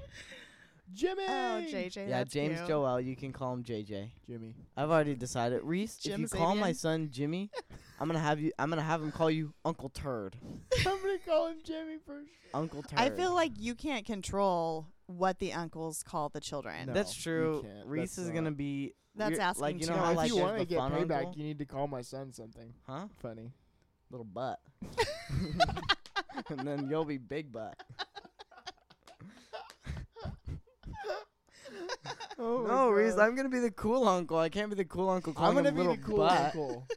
Speaker 2: Jimmy
Speaker 3: Oh, JJ.
Speaker 1: Yeah,
Speaker 3: that's
Speaker 1: James
Speaker 3: cute.
Speaker 1: Joel. You can call him JJ.
Speaker 2: Jimmy
Speaker 1: I've already decided. Reese, if you
Speaker 3: Jim
Speaker 1: call my
Speaker 3: Sabian?
Speaker 1: son Jimmy, I'm gonna have you. I'm gonna have him call you Uncle Turd.
Speaker 2: I'm gonna call him Jimmy first
Speaker 1: Uncle Turd.
Speaker 3: I feel like you can't control what the uncles call the children.
Speaker 2: No.
Speaker 1: that's
Speaker 2: you
Speaker 1: true.
Speaker 2: can't.
Speaker 1: Reese
Speaker 2: That's
Speaker 1: is gonna
Speaker 2: not-
Speaker 1: be.
Speaker 3: That's
Speaker 1: weird-
Speaker 3: asking
Speaker 1: Like you
Speaker 3: too
Speaker 1: know
Speaker 3: much.
Speaker 1: how
Speaker 2: if
Speaker 1: like
Speaker 2: you
Speaker 1: there's
Speaker 2: want to
Speaker 1: the
Speaker 2: get
Speaker 1: fun
Speaker 2: payback
Speaker 1: uncle?
Speaker 2: you need to call my son something
Speaker 1: huh?
Speaker 2: funny
Speaker 1: Little
Speaker 2: [laughs]
Speaker 1: butt. and then you'll be big
Speaker 2: [laughs]
Speaker 1: butt.
Speaker 2: oh
Speaker 1: no, Reese, I'm gonna be the cool uncle. I can't be the cool uncle
Speaker 2: I'm
Speaker 1: calling
Speaker 2: gonna
Speaker 1: him
Speaker 2: be
Speaker 1: little
Speaker 2: the cool
Speaker 1: butt. [laughs]
Speaker 2: uncle.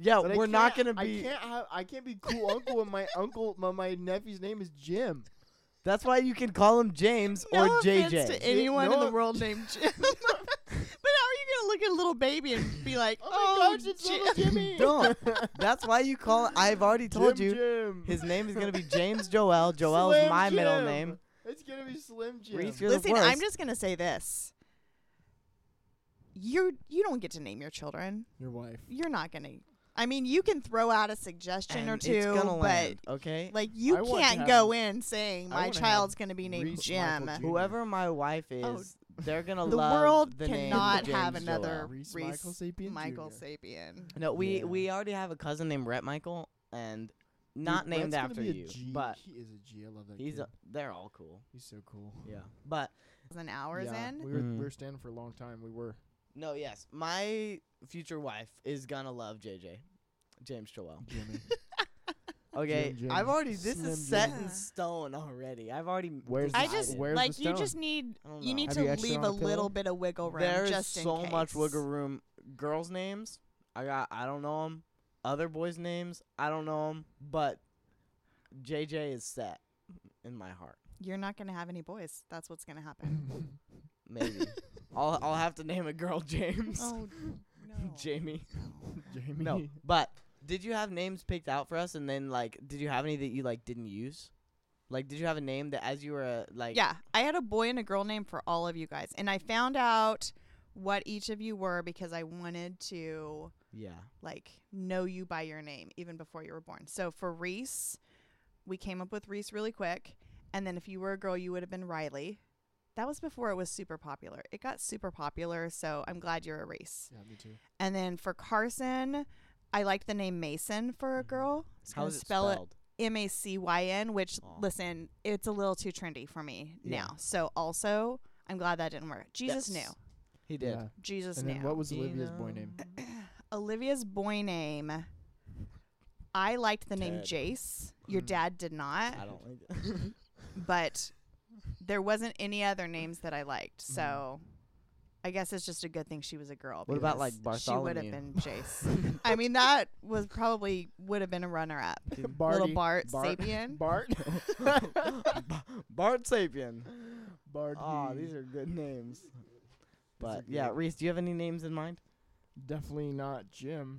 Speaker 1: Yeah,
Speaker 2: But I
Speaker 1: we're not
Speaker 2: can't-
Speaker 1: gonna
Speaker 2: I
Speaker 1: be.
Speaker 2: can't have. I can't be cool uncle when my uncle, my, my nephew's name is Jim.
Speaker 1: That's why you can call him James
Speaker 3: no
Speaker 1: or
Speaker 3: offense
Speaker 1: JJ.
Speaker 3: to anyone in the
Speaker 2: no-
Speaker 3: world
Speaker 2: [laughs]
Speaker 3: named Jim. [laughs] but how are you gonna look at a little baby and be like,
Speaker 2: Oh, my
Speaker 3: "Oh,
Speaker 2: gosh, it's
Speaker 3: Jim.
Speaker 2: little Jimmy.
Speaker 1: [laughs]
Speaker 2: [laughs]
Speaker 1: Don't. That's why you call. I've already told
Speaker 2: Jim,
Speaker 1: you.
Speaker 2: Jim.
Speaker 1: His name is gonna be James
Speaker 2: [laughs]
Speaker 1: Joel. Joel is
Speaker 2: Slim
Speaker 1: my middle
Speaker 2: Jim.
Speaker 1: name.
Speaker 2: It's gonna be Slim Jim.
Speaker 1: Reese, you're
Speaker 3: Listen,
Speaker 1: the worst.
Speaker 3: I'm just gonna say this. You you don't get to name your children.
Speaker 2: Your wife.
Speaker 3: You're not gonna. I mean, you can throw out a suggestion
Speaker 1: And
Speaker 3: or
Speaker 1: it's
Speaker 3: two,
Speaker 1: gonna
Speaker 3: but
Speaker 1: land, okay.
Speaker 3: like you
Speaker 2: I want to
Speaker 3: can't
Speaker 2: have-
Speaker 3: go in
Speaker 2: I
Speaker 3: saying my
Speaker 2: want to
Speaker 3: child's
Speaker 2: have
Speaker 3: gonna be named
Speaker 2: Reese
Speaker 3: Jim.
Speaker 2: Michael Jr.
Speaker 1: Whoever my wife is,
Speaker 3: Oh,
Speaker 1: they're gonna
Speaker 3: the
Speaker 1: love
Speaker 3: world
Speaker 1: the name
Speaker 3: cannot have
Speaker 1: James
Speaker 3: another
Speaker 1: Joel.
Speaker 2: Reese,
Speaker 3: Reese
Speaker 2: Michael Sapien.
Speaker 3: Michael
Speaker 2: Jr.
Speaker 3: Sapien.
Speaker 1: No, we
Speaker 2: Yeah.
Speaker 1: we already have a cousin named Rhett Michael, and not
Speaker 2: Dude,
Speaker 1: named
Speaker 2: that's
Speaker 1: after
Speaker 2: gonna be a
Speaker 1: you,
Speaker 2: G.
Speaker 1: but
Speaker 2: he is a G. I love that.
Speaker 1: he's
Speaker 2: kid.
Speaker 1: a, they're all cool.
Speaker 2: he's so cool.
Speaker 1: Yeah, but
Speaker 3: An hours
Speaker 2: Yeah,
Speaker 3: in.
Speaker 2: we were
Speaker 1: Mm.
Speaker 2: we were standing for a long time. We were [laughs]
Speaker 1: no, yes, my future wife is gonna love JJ, James Joel.
Speaker 2: Jimmy.
Speaker 1: Okay,
Speaker 2: Jim, Jim.
Speaker 1: I've already this
Speaker 2: Slim
Speaker 1: is set
Speaker 3: Jim.
Speaker 1: in stone already. I've already
Speaker 2: Where's the
Speaker 3: I
Speaker 1: decided.
Speaker 3: just
Speaker 2: Where's the
Speaker 3: like you just
Speaker 2: stone?
Speaker 3: need
Speaker 1: I don't
Speaker 3: you
Speaker 1: know.
Speaker 3: need
Speaker 2: Have
Speaker 3: to
Speaker 2: you extra
Speaker 3: leave
Speaker 2: on
Speaker 3: a
Speaker 2: a pillow?
Speaker 3: little bit of wiggle room
Speaker 1: There's
Speaker 3: just in
Speaker 1: so
Speaker 3: case.
Speaker 1: much wiggle room. Girls' names, I got. I don't know them. Other boys' names, I don't know them. But JJ is set in my heart.
Speaker 3: You're not gonna have any boys. That's what's gonna
Speaker 1: [laughs]
Speaker 3: happen.
Speaker 2: [laughs]
Speaker 1: Maybe I'll I'll have to name a girl [laughs] James,
Speaker 3: oh
Speaker 1: [laughs]
Speaker 3: no.
Speaker 1: Jamie.
Speaker 2: Jamie.
Speaker 1: [laughs] No, but did you have names picked out for us? And then like, did you have any that you like didn't use? Like, did you have a name that as you were uh, like?
Speaker 3: yeah, I had a boy and a girl name for all of you guys, and I found out what each of you were because I wanted to
Speaker 1: Yeah.
Speaker 3: like know you by your name even before you were born. So for Reese, we came up with Reese really quick, and then if you were a girl, you would have been Riley. That was before it was super popular. It got super popular, so I'm glad you're a Reese.
Speaker 2: Yeah, me too.
Speaker 3: And then for Carson, I liked the name Mason for a girl.
Speaker 1: Mm-hmm. How
Speaker 3: I was gonna
Speaker 1: is it
Speaker 3: spell it
Speaker 1: spelled?
Speaker 3: M A C Y N, which
Speaker 1: Aw.
Speaker 3: listen, it's a little too trendy for me
Speaker 2: Yeah.
Speaker 3: now. So also, I'm glad that didn't work. Jesus
Speaker 1: Yes.
Speaker 3: knew.
Speaker 1: He did.
Speaker 2: Yeah.
Speaker 3: Jesus
Speaker 2: And
Speaker 3: knew.
Speaker 2: then what was Olivia's boy
Speaker 1: [laughs]
Speaker 2: name?
Speaker 3: Olivia's boy name. I liked the name
Speaker 1: Ted. Hmm.
Speaker 3: Jace. Your dad did not,
Speaker 1: I don't like it.
Speaker 3: but there wasn't any other names that I liked.
Speaker 1: Hmm.
Speaker 3: So I guess it's just a good thing she was a girl.
Speaker 1: What about,
Speaker 3: because
Speaker 1: like,
Speaker 3: She would have
Speaker 1: Bartholomew?
Speaker 3: been Jace. I mean, that was probably would have been a runner up. Little
Speaker 2: Barty.
Speaker 3: Bart,
Speaker 2: Bart.
Speaker 3: Sapien.
Speaker 2: [laughs] Bart.
Speaker 1: [laughs] Bart Sapien.
Speaker 2: Bart.
Speaker 1: Ah, these are good names. But
Speaker 2: are
Speaker 1: yeah,
Speaker 2: great.
Speaker 1: Reese, do you have any names in mind?
Speaker 2: definitely not Jim.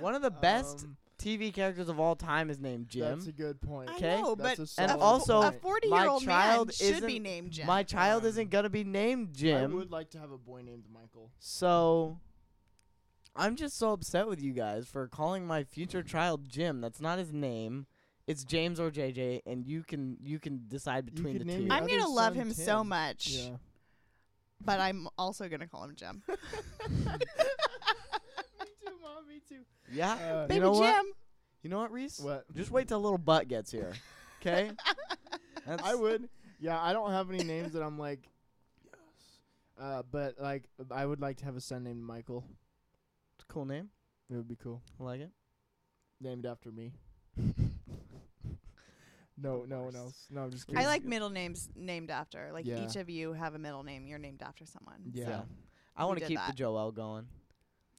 Speaker 1: One of the best
Speaker 2: Um,
Speaker 1: TV characters of all time is named Jim.
Speaker 2: That's a good point.
Speaker 1: Okay.
Speaker 3: I know,
Speaker 2: That's
Speaker 3: but
Speaker 2: a
Speaker 1: And
Speaker 2: solid
Speaker 1: also-
Speaker 3: a
Speaker 2: point.
Speaker 3: forty-year-old man
Speaker 1: child
Speaker 3: should be
Speaker 1: isn't-
Speaker 3: named Jim.
Speaker 1: My child
Speaker 2: Um,
Speaker 1: isn't gonna be named Jim.
Speaker 2: I would like to have a boy named Michael.
Speaker 1: So I'm just so upset with you guys for calling my future child Jim. That's not his name. It's James or JJ, and you can you can decide
Speaker 2: You
Speaker 1: between
Speaker 2: could
Speaker 1: the
Speaker 2: name
Speaker 1: two.
Speaker 2: your
Speaker 3: I'm
Speaker 2: other
Speaker 3: gonna love
Speaker 2: son
Speaker 3: him so
Speaker 2: Tim.
Speaker 3: much,
Speaker 2: Yeah.
Speaker 3: but I'm also gonna call him Jim. [laughs]
Speaker 2: me too, mom. Me too.
Speaker 1: yeah.
Speaker 2: Uh,
Speaker 1: you
Speaker 3: Baby
Speaker 1: know what?
Speaker 3: Jim.
Speaker 1: You know what, Reese?
Speaker 2: [laughs] What?
Speaker 1: Just wait till little butt gets here.
Speaker 3: [laughs]
Speaker 1: Okay?
Speaker 2: I would. Yeah, I don't have any names that I'm like. [laughs] Yes. Uh, but like, I would like to have a son named Michael.
Speaker 1: cool name.
Speaker 2: It would be cool.
Speaker 1: I like it.
Speaker 2: Named after me. [laughs] no, no one else. No, I'm just kidding.
Speaker 3: I like middle names named after. Like
Speaker 2: Yeah.
Speaker 3: each of you have a middle name. You're named after someone.
Speaker 2: Yeah.
Speaker 1: Yeah. I
Speaker 3: We
Speaker 1: want to
Speaker 3: did
Speaker 1: keep the
Speaker 3: that.
Speaker 1: Joel going.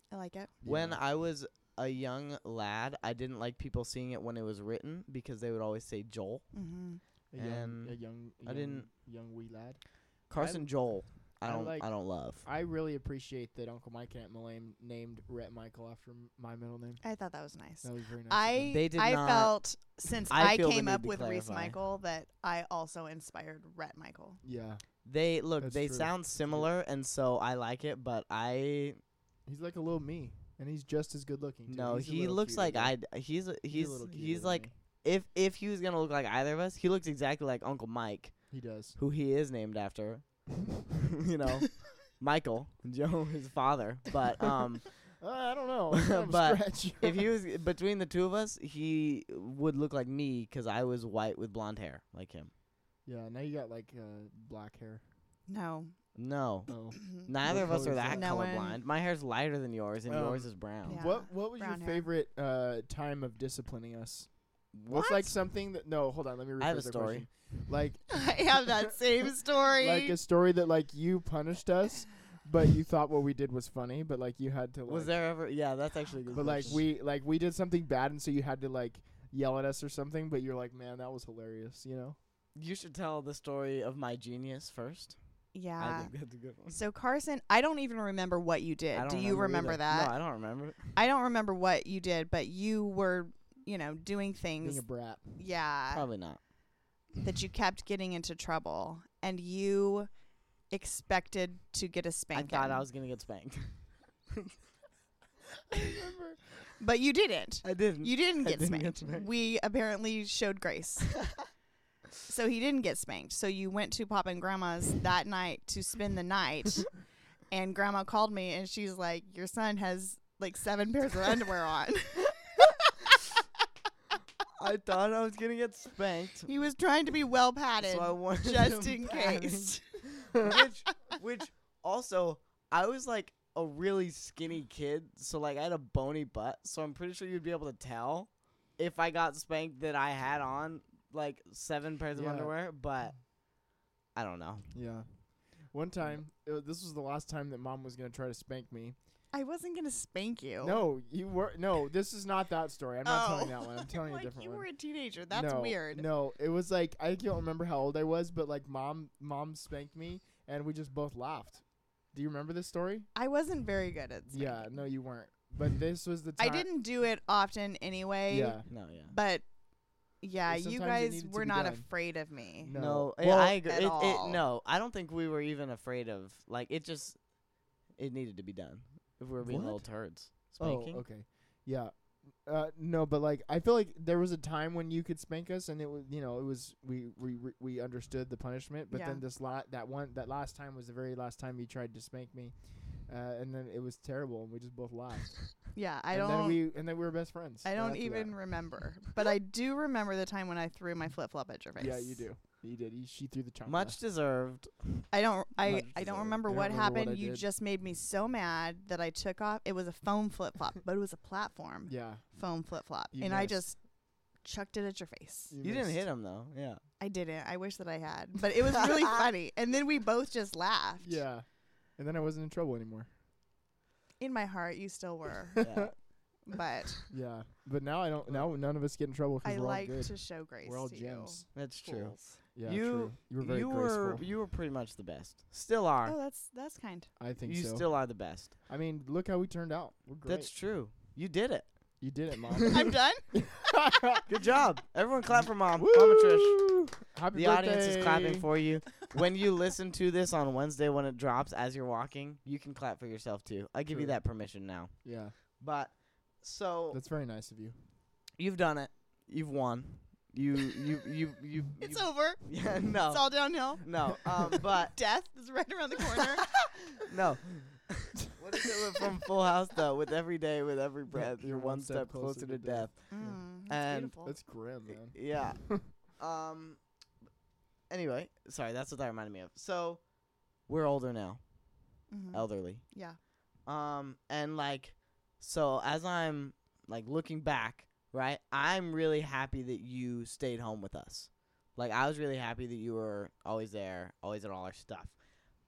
Speaker 3: I like it.
Speaker 1: When
Speaker 2: Yeah.
Speaker 1: I was a young lad, I didn't like people seeing it when it was written because they would always say Joel.
Speaker 3: Mm-hmm.
Speaker 2: a young,
Speaker 1: and
Speaker 2: a young,
Speaker 1: I
Speaker 2: a young-
Speaker 1: didn't-
Speaker 2: young wee lad.
Speaker 1: Carson Joel. I
Speaker 2: I
Speaker 1: don't
Speaker 2: like-
Speaker 1: I don't love.
Speaker 2: I really appreciate that Uncle Mike and Aunt Malame named Rhett Michael after m- my middle name.
Speaker 3: I thought that was nice.
Speaker 2: That was very nice. of
Speaker 3: I
Speaker 2: them.
Speaker 1: They did
Speaker 3: I
Speaker 1: not-
Speaker 3: felt since
Speaker 1: I
Speaker 3: I,
Speaker 1: feel the
Speaker 3: came
Speaker 1: need
Speaker 3: up
Speaker 1: to
Speaker 3: with Reese
Speaker 1: clarify.
Speaker 3: Michael that I also inspired Rhett Michael.
Speaker 2: yeah,
Speaker 1: They look,
Speaker 2: That's
Speaker 1: they
Speaker 2: true.
Speaker 1: sound similar, and so I like it. But I
Speaker 2: he's like a little me, and he's just as good looking. Too.
Speaker 1: no,
Speaker 2: He's a
Speaker 1: he
Speaker 2: little
Speaker 1: looks
Speaker 2: cuter
Speaker 1: like
Speaker 2: than-
Speaker 1: I. He's a-
Speaker 2: a
Speaker 1: he's
Speaker 2: little cuter
Speaker 1: he's
Speaker 2: than
Speaker 1: like
Speaker 2: me.
Speaker 1: if if he was gonna look like either of us, he looks exactly like Uncle Mike, [laughs]
Speaker 2: he does.
Speaker 1: who he is named after. [laughs] you
Speaker 2: [laughs]
Speaker 1: know, Michael Joe, his father. But um,
Speaker 2: Uh, I
Speaker 1: [laughs]
Speaker 2: don't know. It's kind of a
Speaker 1: But
Speaker 2: stretch.
Speaker 1: if he was [laughs] between the two of us, he would look like me 'cause I was white with blonde hair, like him.
Speaker 2: [laughs] yeah, now you got like uh, black hair.
Speaker 3: No.
Speaker 1: No,
Speaker 2: Oh,
Speaker 1: neither of us
Speaker 2: color
Speaker 1: are
Speaker 2: is
Speaker 1: that
Speaker 3: that? No one-
Speaker 1: colorblind. My hair's lighter than yours, and
Speaker 2: Um,
Speaker 1: yours is brown.
Speaker 3: Yeah.
Speaker 2: what what was your
Speaker 3: brown hair.
Speaker 2: favorite uh, time of disciplining us? What's
Speaker 1: What?
Speaker 2: like something that? No, hold on. Let me. Rephrase
Speaker 1: I have a
Speaker 2: that
Speaker 1: story.
Speaker 2: question. Like
Speaker 3: [laughs] [laughs] I have that same
Speaker 2: [laughs]
Speaker 3: story.
Speaker 2: like a story that like you punished us, but you thought what we did was funny, but like you had to like,
Speaker 1: Was there ever? Yeah, that's actually. a good
Speaker 2: but like
Speaker 1: question.
Speaker 2: we like we did something bad, and so you had to like yell at us or something. But you're like, man, that was hilarious, you know?
Speaker 1: You should tell the story of my genius first. I
Speaker 3: yeah.
Speaker 1: think that's a good one.
Speaker 3: So Carson, I don't even remember what you did.
Speaker 1: I
Speaker 3: Do
Speaker 1: don't
Speaker 3: you remember
Speaker 1: either.
Speaker 3: that?
Speaker 1: No, I don't remember.
Speaker 3: I don't remember what you did, but you were, you know, doing things
Speaker 2: Being a brat.
Speaker 3: yeah,
Speaker 1: Probably not.
Speaker 3: that you kept getting into trouble and you expected to get a
Speaker 1: I
Speaker 3: spanking.
Speaker 1: thought I was gonna get spanked.
Speaker 3: But you didn't.
Speaker 1: I didn't.
Speaker 3: You
Speaker 1: [laughs]
Speaker 3: didn't
Speaker 1: I
Speaker 3: get
Speaker 1: didn't get
Speaker 3: spanked.
Speaker 1: spanked.
Speaker 3: We apparently showed
Speaker 1: [laughs]
Speaker 3: grace. so he didn't get spanked. So you went to Pop and Grandma's that night to spend the night.
Speaker 1: [laughs]
Speaker 3: and Grandma called me and she's like, Your son has like seven pairs of underwear on.
Speaker 1: I thought I was gonna get
Speaker 3: [laughs]
Speaker 1: spanked.
Speaker 3: he was trying to be well padded
Speaker 1: So I
Speaker 2: [laughs]
Speaker 1: wanted
Speaker 3: just
Speaker 1: him [laughs]
Speaker 3: in
Speaker 1: padded.
Speaker 3: case.
Speaker 1: which, which also, I was like a really skinny kid, so like I had a bony butt. So I'm pretty sure you'd be able to tell if I got spanked that I had on like seven pairs
Speaker 2: Yeah.
Speaker 1: of underwear. But I don't know.
Speaker 2: Yeah. One time, it wa- this was the last time that mom was gonna try to spank me.
Speaker 3: I wasn't going to spank you.
Speaker 2: No, you were no. This is not that story. I'm not telling that one. I'm
Speaker 3: [laughs]
Speaker 2: telling
Speaker 3: Oh. like,
Speaker 2: a different
Speaker 3: you
Speaker 2: one.
Speaker 3: were a teenager. That's
Speaker 2: No,
Speaker 3: weird.
Speaker 2: No, it was like I don't remember how old I was, but like mom, mom spanked me, and we just both laughed. Do you remember this story?
Speaker 3: I wasn't very good at spanking.
Speaker 2: Yeah, no, you weren't. But this was the time.
Speaker 3: I didn't do it often anyway.
Speaker 2: Yeah,
Speaker 1: No, yeah.
Speaker 3: But yeah,
Speaker 2: But
Speaker 3: you
Speaker 2: sometimes it
Speaker 3: guys
Speaker 2: needed to
Speaker 3: were
Speaker 2: be
Speaker 3: not
Speaker 2: done.
Speaker 3: afraid of me.
Speaker 2: No.
Speaker 1: No, I-
Speaker 2: Well,
Speaker 1: I agree.
Speaker 3: at
Speaker 1: It, it,
Speaker 3: all.
Speaker 1: no, I don't think we were even afraid of. Like it just, it needed to be done. If we were being
Speaker 2: What?
Speaker 1: little turds,
Speaker 2: oh,
Speaker 1: spanking.
Speaker 2: okay, yeah, uh, no, but like I feel like there was a time when you could spank us, and it was you know it was we we we- we understood the punishment, but
Speaker 3: Yeah.
Speaker 2: then this lot that one that last time was the very last time you tried to spank me, uh, and then it was terrible, and we just both laughed.
Speaker 3: Yeah, [laughs] I
Speaker 2: And then
Speaker 3: don't.
Speaker 2: we and then we were best friends.
Speaker 3: I don't
Speaker 2: after that.
Speaker 3: even remember, but I do remember the time when I threw my flip flop at your face.
Speaker 2: Yeah, you do. You did. You, she threw the chocolate.
Speaker 1: Much deserved.
Speaker 3: I don't. I,
Speaker 1: Much
Speaker 3: I
Speaker 1: deserved.
Speaker 3: don't remember
Speaker 2: I don't
Speaker 3: what
Speaker 2: remember what
Speaker 3: happened.
Speaker 2: I
Speaker 3: you
Speaker 2: did.
Speaker 3: just made me so mad that I took off. It was a foam flip flop, but it was a platform
Speaker 2: Yeah.
Speaker 3: foam flip flop,
Speaker 2: You
Speaker 3: and I
Speaker 2: missed.
Speaker 3: just chucked it at your face.
Speaker 1: You didn't
Speaker 2: missed.
Speaker 1: hit him though.
Speaker 2: [laughs]
Speaker 1: Yeah.
Speaker 3: I didn't. I wish that I had, but it was really funny. And then we both just laughed.
Speaker 2: Yeah. And then I wasn't in trouble anymore.
Speaker 3: In my heart, you
Speaker 2: [laughs]
Speaker 3: still were,
Speaker 1: yeah.
Speaker 3: but
Speaker 2: Yeah. But now I don't. Now none of us get in trouble
Speaker 3: I
Speaker 2: because we're all
Speaker 3: like
Speaker 2: good.
Speaker 3: to show grace.
Speaker 2: we're all
Speaker 3: to
Speaker 2: gems.
Speaker 1: That's
Speaker 3: You.
Speaker 1: true.
Speaker 3: fools.
Speaker 2: Yeah.
Speaker 1: You-
Speaker 2: true. You were very
Speaker 1: you
Speaker 2: graceful.
Speaker 1: were you were pretty much the best. Still are.
Speaker 3: Oh, that's that's
Speaker 2: [laughs]
Speaker 3: kind.
Speaker 2: I think
Speaker 1: you
Speaker 2: so.
Speaker 1: still are the best.
Speaker 2: I mean, look how we turned out. We're great.
Speaker 1: That's true. You did it.
Speaker 2: You did [laughs] it, mom.
Speaker 3: I'm done.
Speaker 1: [laughs] Good job. Everyone clap for mom. Mama Trish.
Speaker 2: Woo! Happy
Speaker 1: The audience is clapping
Speaker 2: birthday.
Speaker 1: for [laughs] you. When you listen to this on Wednesday when it drops as you're walking, you can clap for yourself too. I give you
Speaker 2: True.
Speaker 1: that permission now.
Speaker 2: Yeah,
Speaker 1: But so
Speaker 2: that's very nice of you.
Speaker 1: you've done it. You've won. You you you [laughs] you.
Speaker 3: It's
Speaker 1: you
Speaker 3: over.
Speaker 1: yeah,
Speaker 2: Oh.
Speaker 3: It's
Speaker 1: no.
Speaker 2: [laughs]
Speaker 3: all downhill.
Speaker 1: No. [laughs] Um but
Speaker 3: [laughs] Death is right around the corner.
Speaker 1: [laughs] no. what is it with- from Full House though? With every day, with every breath, you're one step closer to death.
Speaker 3: Mm, that's
Speaker 2: Um,
Speaker 1: And
Speaker 3: beautiful.
Speaker 2: That's grim, man.
Speaker 1: Yeah. um. Anyway, sorry, that's what that reminded me of. So, we're older now,
Speaker 3: Mhm.
Speaker 1: elderly.
Speaker 3: Yeah.
Speaker 1: Um, and like, so as I'm like looking back, right, I'm really happy that you stayed home with us. Like, I was really happy that you were always there, always at all our stuff.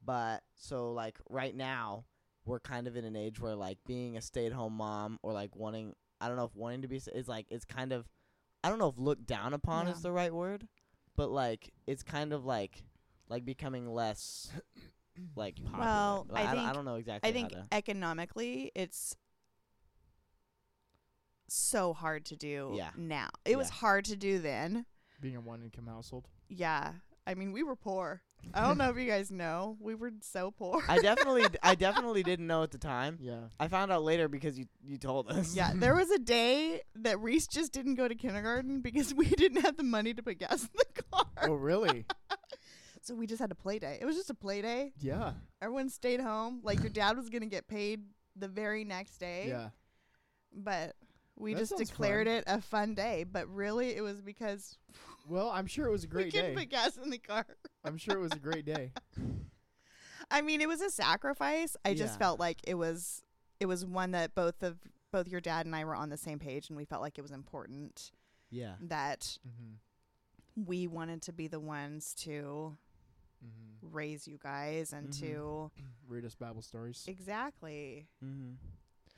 Speaker 1: But so, like, right now, we're kind of in an age where like being a stay at home mom or like wanting, I don't know if wanting to be, s- is like, it's kind of, I don't know if looked down upon
Speaker 3: Yeah.
Speaker 1: is the right word, but like, it's kind of like, like becoming less. Like popular.
Speaker 3: Well,
Speaker 1: Like,
Speaker 3: I
Speaker 1: don't- I
Speaker 3: think-
Speaker 1: don't know exactly.
Speaker 3: I
Speaker 1: how
Speaker 3: think
Speaker 1: to-
Speaker 3: economically, it's so hard to do
Speaker 1: Yeah.
Speaker 3: now. It was
Speaker 1: Yeah.
Speaker 3: hard to do then.
Speaker 2: Being a one-income household.
Speaker 3: Yeah. I mean, we were poor. I don't know if you guys know. We were so poor.
Speaker 1: I definitely, I definitely didn't know at the time.
Speaker 2: Yeah.
Speaker 1: I found out later because you you told us.
Speaker 3: yeah, there was a day that Reese just didn't go to kindergarten because we [laughs] didn't have the money to put gas in the car.
Speaker 2: [laughs] Oh, really?
Speaker 3: So we just had a play day. It was just a play day.
Speaker 2: yeah.
Speaker 3: Everyone stayed home. Like your dad was going to get paid the very next day.
Speaker 2: Yeah.
Speaker 3: But we
Speaker 2: That
Speaker 3: just
Speaker 2: sounds
Speaker 3: declared it a fun day. But really, it was because
Speaker 2: Well, I'm sure it was a
Speaker 3: we
Speaker 2: great
Speaker 3: couldn't
Speaker 2: day. [laughs]
Speaker 3: put gas in the car.
Speaker 2: I'm sure it was a great day.
Speaker 3: I mean, it was a sacrifice. I just
Speaker 1: Yeah.
Speaker 3: felt like it was it was one that both of both your dad and I were on the same page, and we felt like it was important
Speaker 1: yeah,
Speaker 3: that
Speaker 2: Mm-hmm.
Speaker 3: we wanted to be the ones to
Speaker 2: Mm-hmm.
Speaker 3: raise you guys and
Speaker 1: Mhm.
Speaker 3: to
Speaker 2: Read us Bible stories.
Speaker 3: exactly
Speaker 1: mm-hmm.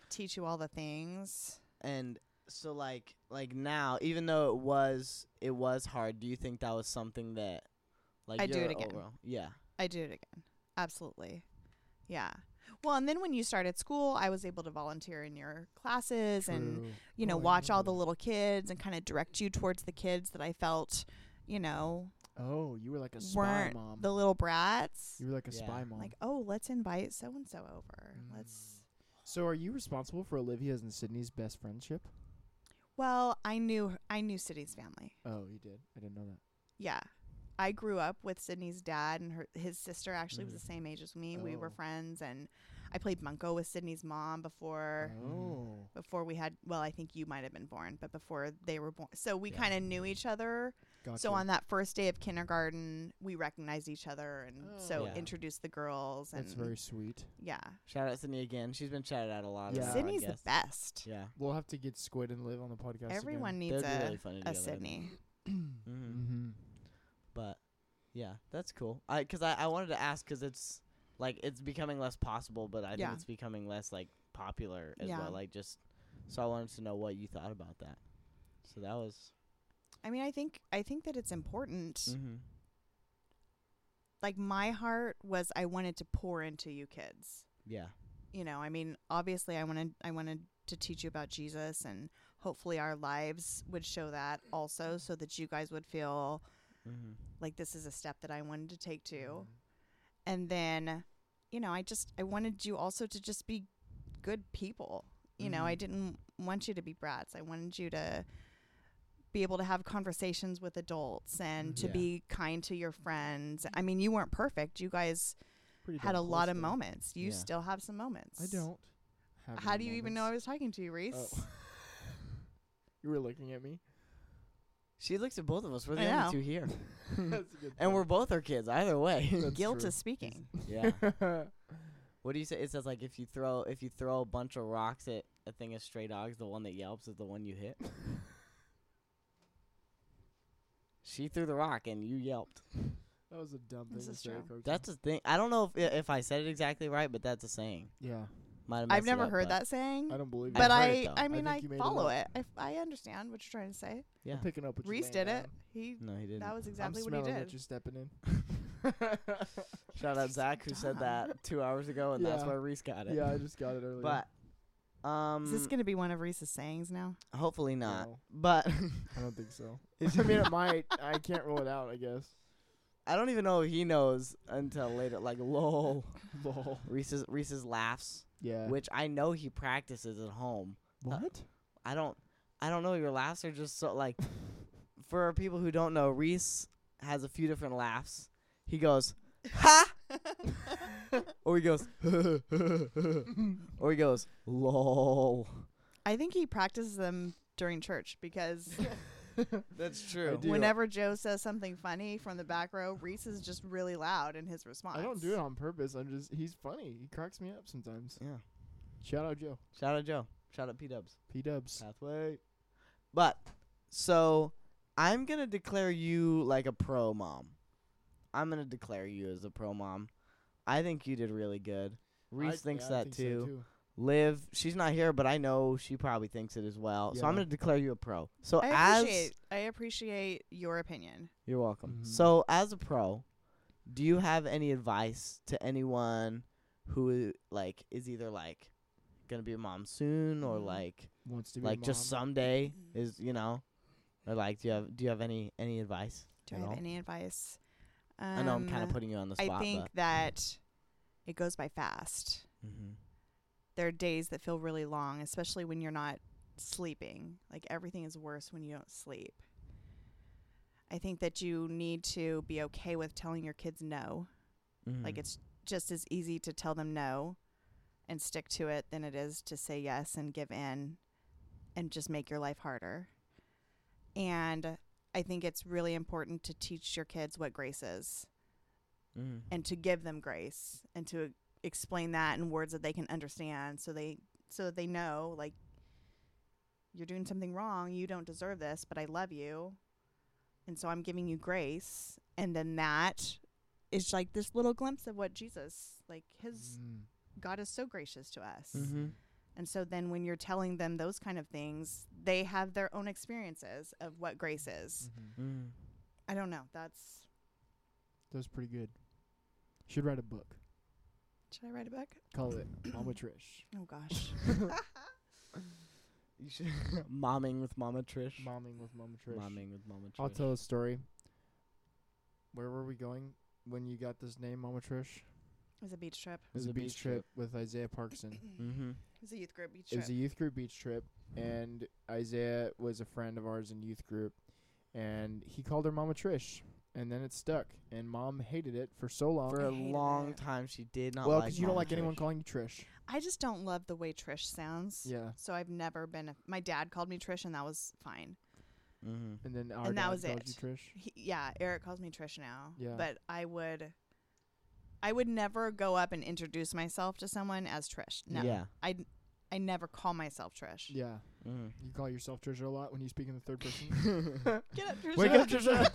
Speaker 3: teach you all the things.
Speaker 1: and so like like now, even though it was it was hard, do you think that was something that like
Speaker 3: I'd do
Speaker 1: your
Speaker 3: it again.
Speaker 1: overall- yeah,
Speaker 3: I do it again, absolutely, yeah. Well, and then when you started school, I was able to volunteer in your classes and
Speaker 2: True.
Speaker 3: you know,
Speaker 2: Oh, I
Speaker 3: watch all the
Speaker 2: remember
Speaker 3: little kids and kind of direct you towards the kids that I felt, you know,
Speaker 2: that. Oh, you were like a spy
Speaker 3: weren't
Speaker 2: mom.
Speaker 3: the little brats.
Speaker 2: you were like a
Speaker 1: Yeah.
Speaker 2: spy mom.
Speaker 3: Like, oh, let's invite so and so over.
Speaker 2: Mm.
Speaker 3: Let's.
Speaker 2: so, are you responsible for Olivia's and Sydney's best friendship?
Speaker 3: Well, I knew I knew Sydney's family.
Speaker 2: Oh, you did. I didn't know that.
Speaker 3: Yeah, I grew up with Sydney's dad and her his sister. Actually, was the same age as me. We were
Speaker 2: Mm. Oh.
Speaker 3: friends, and I played Munko with Sydney's mom before.
Speaker 2: Oh.
Speaker 3: Before we had, well, I think you might have been born, but before they were born, so we
Speaker 1: Yeah.
Speaker 3: kind of knew each other.
Speaker 2: Gotcha.
Speaker 3: So on that first day of kindergarten, we recognized each other and so
Speaker 1: Yeah.
Speaker 3: introduced the girls and
Speaker 2: Oh. That's very sweet.
Speaker 3: yeah.
Speaker 1: shout out Sydney again. She's been shouted out a lot.
Speaker 2: Yeah.
Speaker 1: on our
Speaker 3: Sydney's the
Speaker 1: podcast.
Speaker 3: best.
Speaker 1: Yeah,
Speaker 2: We'll have to get Squid and Liv on the podcast.
Speaker 3: Everyone
Speaker 1: they'd
Speaker 3: needs
Speaker 1: be
Speaker 3: a,
Speaker 1: really funny
Speaker 3: a
Speaker 1: together.
Speaker 3: Sydney.
Speaker 1: hmm
Speaker 2: [clears throat] Mm-hmm.
Speaker 1: But yeah, that's cool. I because I I wanted to ask because it's like it's becoming less possible, but I think
Speaker 3: Yeah.
Speaker 1: it's becoming less like popular as
Speaker 3: Yeah.
Speaker 1: well. Like just so I wanted to know what you thought about that. So that was
Speaker 3: I mean, I think I think that it's important.
Speaker 1: mm-hmm.
Speaker 3: Like my heart was I wanted to pour into you kids.
Speaker 1: yeah.
Speaker 3: You know, I mean, obviously I wanted I wanted to teach you about Jesus and hopefully our lives would show that also so that you guys would feel
Speaker 1: Mm-hmm.
Speaker 3: like this is a step that I wanted to take too. and then you know i just i wanted you also to just be good people you know
Speaker 2: Mm-hmm.
Speaker 3: i
Speaker 1: Mhm.
Speaker 3: didn't want you to be brats i wanted you to be able to have conversations with adults and to
Speaker 1: Yeah.
Speaker 3: be kind to your friends
Speaker 2: Mm.
Speaker 3: i mean you weren't perfect you guys
Speaker 2: Pretty
Speaker 3: had a
Speaker 2: damn
Speaker 3: lot
Speaker 2: close,
Speaker 3: of
Speaker 2: though.
Speaker 3: moments you
Speaker 1: Yeah.
Speaker 3: still have some moments
Speaker 2: I don't. Have
Speaker 3: how do
Speaker 2: any
Speaker 3: you even know i
Speaker 2: moments.
Speaker 3: was talking to you reese
Speaker 2: Oh. [laughs] you were looking at
Speaker 3: [laughs]
Speaker 2: me.
Speaker 1: She looks at both of us. We're
Speaker 3: I
Speaker 1: the
Speaker 3: know.
Speaker 1: only two here,
Speaker 2: That's a [laughs] good
Speaker 1: and we're both her kids either way. [laughs]
Speaker 2: That's
Speaker 3: guilt
Speaker 2: true.
Speaker 3: is speaking
Speaker 1: yeah.
Speaker 2: point.
Speaker 1: What do you say? It says like if you throw if you throw a bunch of rocks at a thing of stray dogs, the one that yelps is the one you
Speaker 3: [laughs]
Speaker 1: hit. she threw the rock and you yelped.
Speaker 2: [laughs] that was a dumb thing
Speaker 3: This
Speaker 2: to
Speaker 3: is
Speaker 2: say.
Speaker 3: true.
Speaker 2: Coach.
Speaker 1: That's a thing. I don't know if if I said it exactly right, but that's a saying.
Speaker 2: yeah.
Speaker 1: Might have
Speaker 3: i've
Speaker 1: messed it
Speaker 3: never
Speaker 1: up,
Speaker 3: heard
Speaker 1: but-
Speaker 3: that saying
Speaker 2: I don't believe.
Speaker 3: but
Speaker 2: you.
Speaker 1: I've heard
Speaker 3: i
Speaker 1: it, though.
Speaker 3: i
Speaker 1: I
Speaker 3: mean
Speaker 2: think
Speaker 3: i,
Speaker 2: you made it
Speaker 3: follow
Speaker 2: up.
Speaker 3: it, I, f- I understand what you're trying to say
Speaker 1: Yeah.
Speaker 2: I'm picking up what you're
Speaker 3: reese
Speaker 2: laying
Speaker 3: did it
Speaker 2: down.
Speaker 3: he
Speaker 1: No, he didn't.
Speaker 3: that was exactly
Speaker 2: I'm
Speaker 3: what he
Speaker 2: smelling
Speaker 3: did
Speaker 2: What you're stepping in.
Speaker 1: [laughs] Shout out Zach who said
Speaker 3: dumb.
Speaker 1: that two hours ago, and that's
Speaker 2: Yeah.
Speaker 1: why Reese got it.
Speaker 2: Yeah, I just got it earlier.
Speaker 1: But Um,
Speaker 3: Is this going to be one of Reese's sayings now?
Speaker 1: hopefully not.
Speaker 2: No,
Speaker 1: But [laughs]
Speaker 2: I don't think
Speaker 3: [laughs]
Speaker 2: so. I mean, it might. I can't rule it out. I guess.
Speaker 1: I don't even know if he knows until later. Like, lol.
Speaker 2: Lol.
Speaker 1: Reese's Reese's laughs,
Speaker 2: Yeah.
Speaker 1: which I know he practices at home.
Speaker 2: What?
Speaker 1: I don't. I don't know. Your laughs are just so like. For people who don't know, Reese has a few different laughs. He goes, [laughs] ha, or he goes, [laughs] or he goes, lol.
Speaker 3: I think he practices them during church because
Speaker 1: [laughs] That's
Speaker 2: I
Speaker 1: true.
Speaker 2: do.
Speaker 3: whenever Joe says something funny from the back row, Reese is just really loud in his response.
Speaker 2: I don't do it on purpose. I'm just. He's funny. He cracks me up sometimes.
Speaker 1: Yeah.
Speaker 2: Shout out Joe.
Speaker 1: Shout out Joe. Shout out P Dubs.
Speaker 2: P
Speaker 1: Uh,
Speaker 2: Dubs.
Speaker 1: Pathway. But so I'm gonna declare you like a pro mom. I'm gonna declare you as a pro mom. I think you did really good. Reese thinks that too. Liv, she's not here, but I know she probably thinks it as well. So I'm
Speaker 2: Yeah.
Speaker 1: gonna declare you a pro. So
Speaker 3: I
Speaker 1: as
Speaker 3: appreciate, I appreciate your opinion.
Speaker 1: you're welcome.
Speaker 2: Mhm.
Speaker 1: So as a pro, do you have any advice to anyone who like is either like gonna be a mom soon or
Speaker 3: Mhm.
Speaker 1: like
Speaker 2: Wants to be
Speaker 1: like
Speaker 2: a
Speaker 1: just
Speaker 2: mom.
Speaker 1: someday
Speaker 3: Mm-hmm.
Speaker 1: is you know or like do you have do you have any any advice
Speaker 3: Do
Speaker 1: at
Speaker 3: I
Speaker 1: all?
Speaker 3: have any advice? Um,
Speaker 1: i know i'm kind of putting you on the spot
Speaker 3: I think that it goes by fast.
Speaker 1: but mm-hmm.
Speaker 3: there are days that feel really long, especially when you're not sleeping. Like everything is worse when you don't sleep. I think that you need to be okay with telling your kids no.
Speaker 1: Mm.
Speaker 3: Like it's just as easy to tell them no and stick to it than it is to say yes and give in and just make your life harder. And I think it's really important to teach your kids what grace is
Speaker 1: mm
Speaker 3: and to give them grace and to explain that in words that they can understand so they so that they know like you're doing something wrong you don't deserve this but i love you and so i'm giving you grace and then that is like this little glimpse of what jesus like his
Speaker 2: Mm.
Speaker 3: god is so gracious to us
Speaker 1: mm-hmm.
Speaker 3: and so then when you're telling them those kind of things they have their own experiences of what grace is
Speaker 2: Mhm.
Speaker 1: mm
Speaker 3: i don't know that's
Speaker 2: That's pretty good. Should write a book.
Speaker 3: should i write a book
Speaker 2: Call it Mama Trish.
Speaker 3: oh [laughs] gosh
Speaker 1: You should momming with mama trish
Speaker 2: Momming with Mama Trish.
Speaker 1: momming with mama trish
Speaker 2: I'll tell a story. Where were we going when you got this name, Mama Trish?
Speaker 3: it was a beach trip
Speaker 2: It was a beach trip with Isaiah Parkson.
Speaker 1: mm-hmm.
Speaker 3: It was a youth group beach
Speaker 2: It
Speaker 3: trip.
Speaker 2: was a youth group beach trip, and Isaiah was a friend of ours in youth group, and he called her Mama Trish, and then it stuck, and Mom hated it for so long.
Speaker 1: for
Speaker 3: I
Speaker 1: a
Speaker 3: hated
Speaker 1: long
Speaker 3: it.
Speaker 1: time she did not
Speaker 2: well,
Speaker 1: like
Speaker 2: because you don't
Speaker 1: Mama
Speaker 2: like anyone
Speaker 1: Trish.
Speaker 2: calling you Trish.
Speaker 3: I just don't love the way Trish sounds.
Speaker 2: Yeah,
Speaker 3: So I've never been. A, my dad called me Trish, and that was fine.
Speaker 1: mm-hmm.
Speaker 2: and then our
Speaker 3: And that
Speaker 2: dad
Speaker 3: was
Speaker 2: called
Speaker 3: it.
Speaker 2: you Trish.
Speaker 3: He, yeah, Eric calls me Trish now.
Speaker 2: Yeah.
Speaker 3: But I would, I would never go up and introduce myself to someone as Trish. No.
Speaker 1: yeah
Speaker 3: I, I never call myself Trish.
Speaker 2: Yeah,
Speaker 1: mm.
Speaker 2: you call yourself Trish a lot when you speak in the third
Speaker 3: [laughs]
Speaker 2: person.
Speaker 3: Get up, Trish.
Speaker 2: Wake up, Trisha.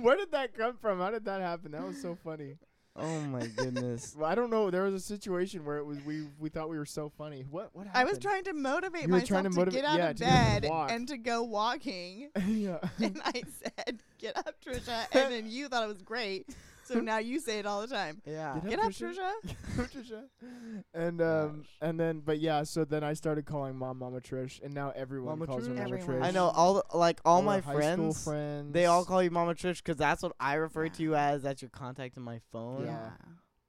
Speaker 2: Where did that come from? How did that happen? That was so funny.
Speaker 1: oh
Speaker 2: [laughs]
Speaker 1: my goodness
Speaker 2: Well, I don't know. There was a situation where it was we we thought we were so funny. What what
Speaker 3: [laughs] I
Speaker 2: happened?
Speaker 3: was trying to motivate
Speaker 2: You were
Speaker 3: myself
Speaker 2: trying to motivate-
Speaker 3: get out
Speaker 2: yeah,
Speaker 3: of
Speaker 2: to get up and
Speaker 3: bed
Speaker 2: walk.
Speaker 3: and to
Speaker 2: [laughs]
Speaker 3: go walking.
Speaker 2: yeah.
Speaker 3: and I said, "Get up, Trisha," and then you thought it was great.
Speaker 2: [laughs]
Speaker 3: So now you say it all the time.
Speaker 1: yeah
Speaker 2: Get
Speaker 3: Get up,
Speaker 2: Trisha.
Speaker 3: Trisha.
Speaker 2: Trisha. [laughs] And um
Speaker 1: Gosh.
Speaker 2: and then but yeah, so then I started calling mom Mama Trish and now everyone
Speaker 1: Mama
Speaker 2: calls her
Speaker 1: Trish.
Speaker 2: Mama
Speaker 3: Everyone.
Speaker 2: Trish.
Speaker 1: i know all the, like all my
Speaker 2: our high school
Speaker 1: friends
Speaker 2: friends
Speaker 1: They all call you Mama Trish because that's what I refer
Speaker 3: Yeah.
Speaker 1: to you as. That's your contact in my phone.
Speaker 2: Yeah.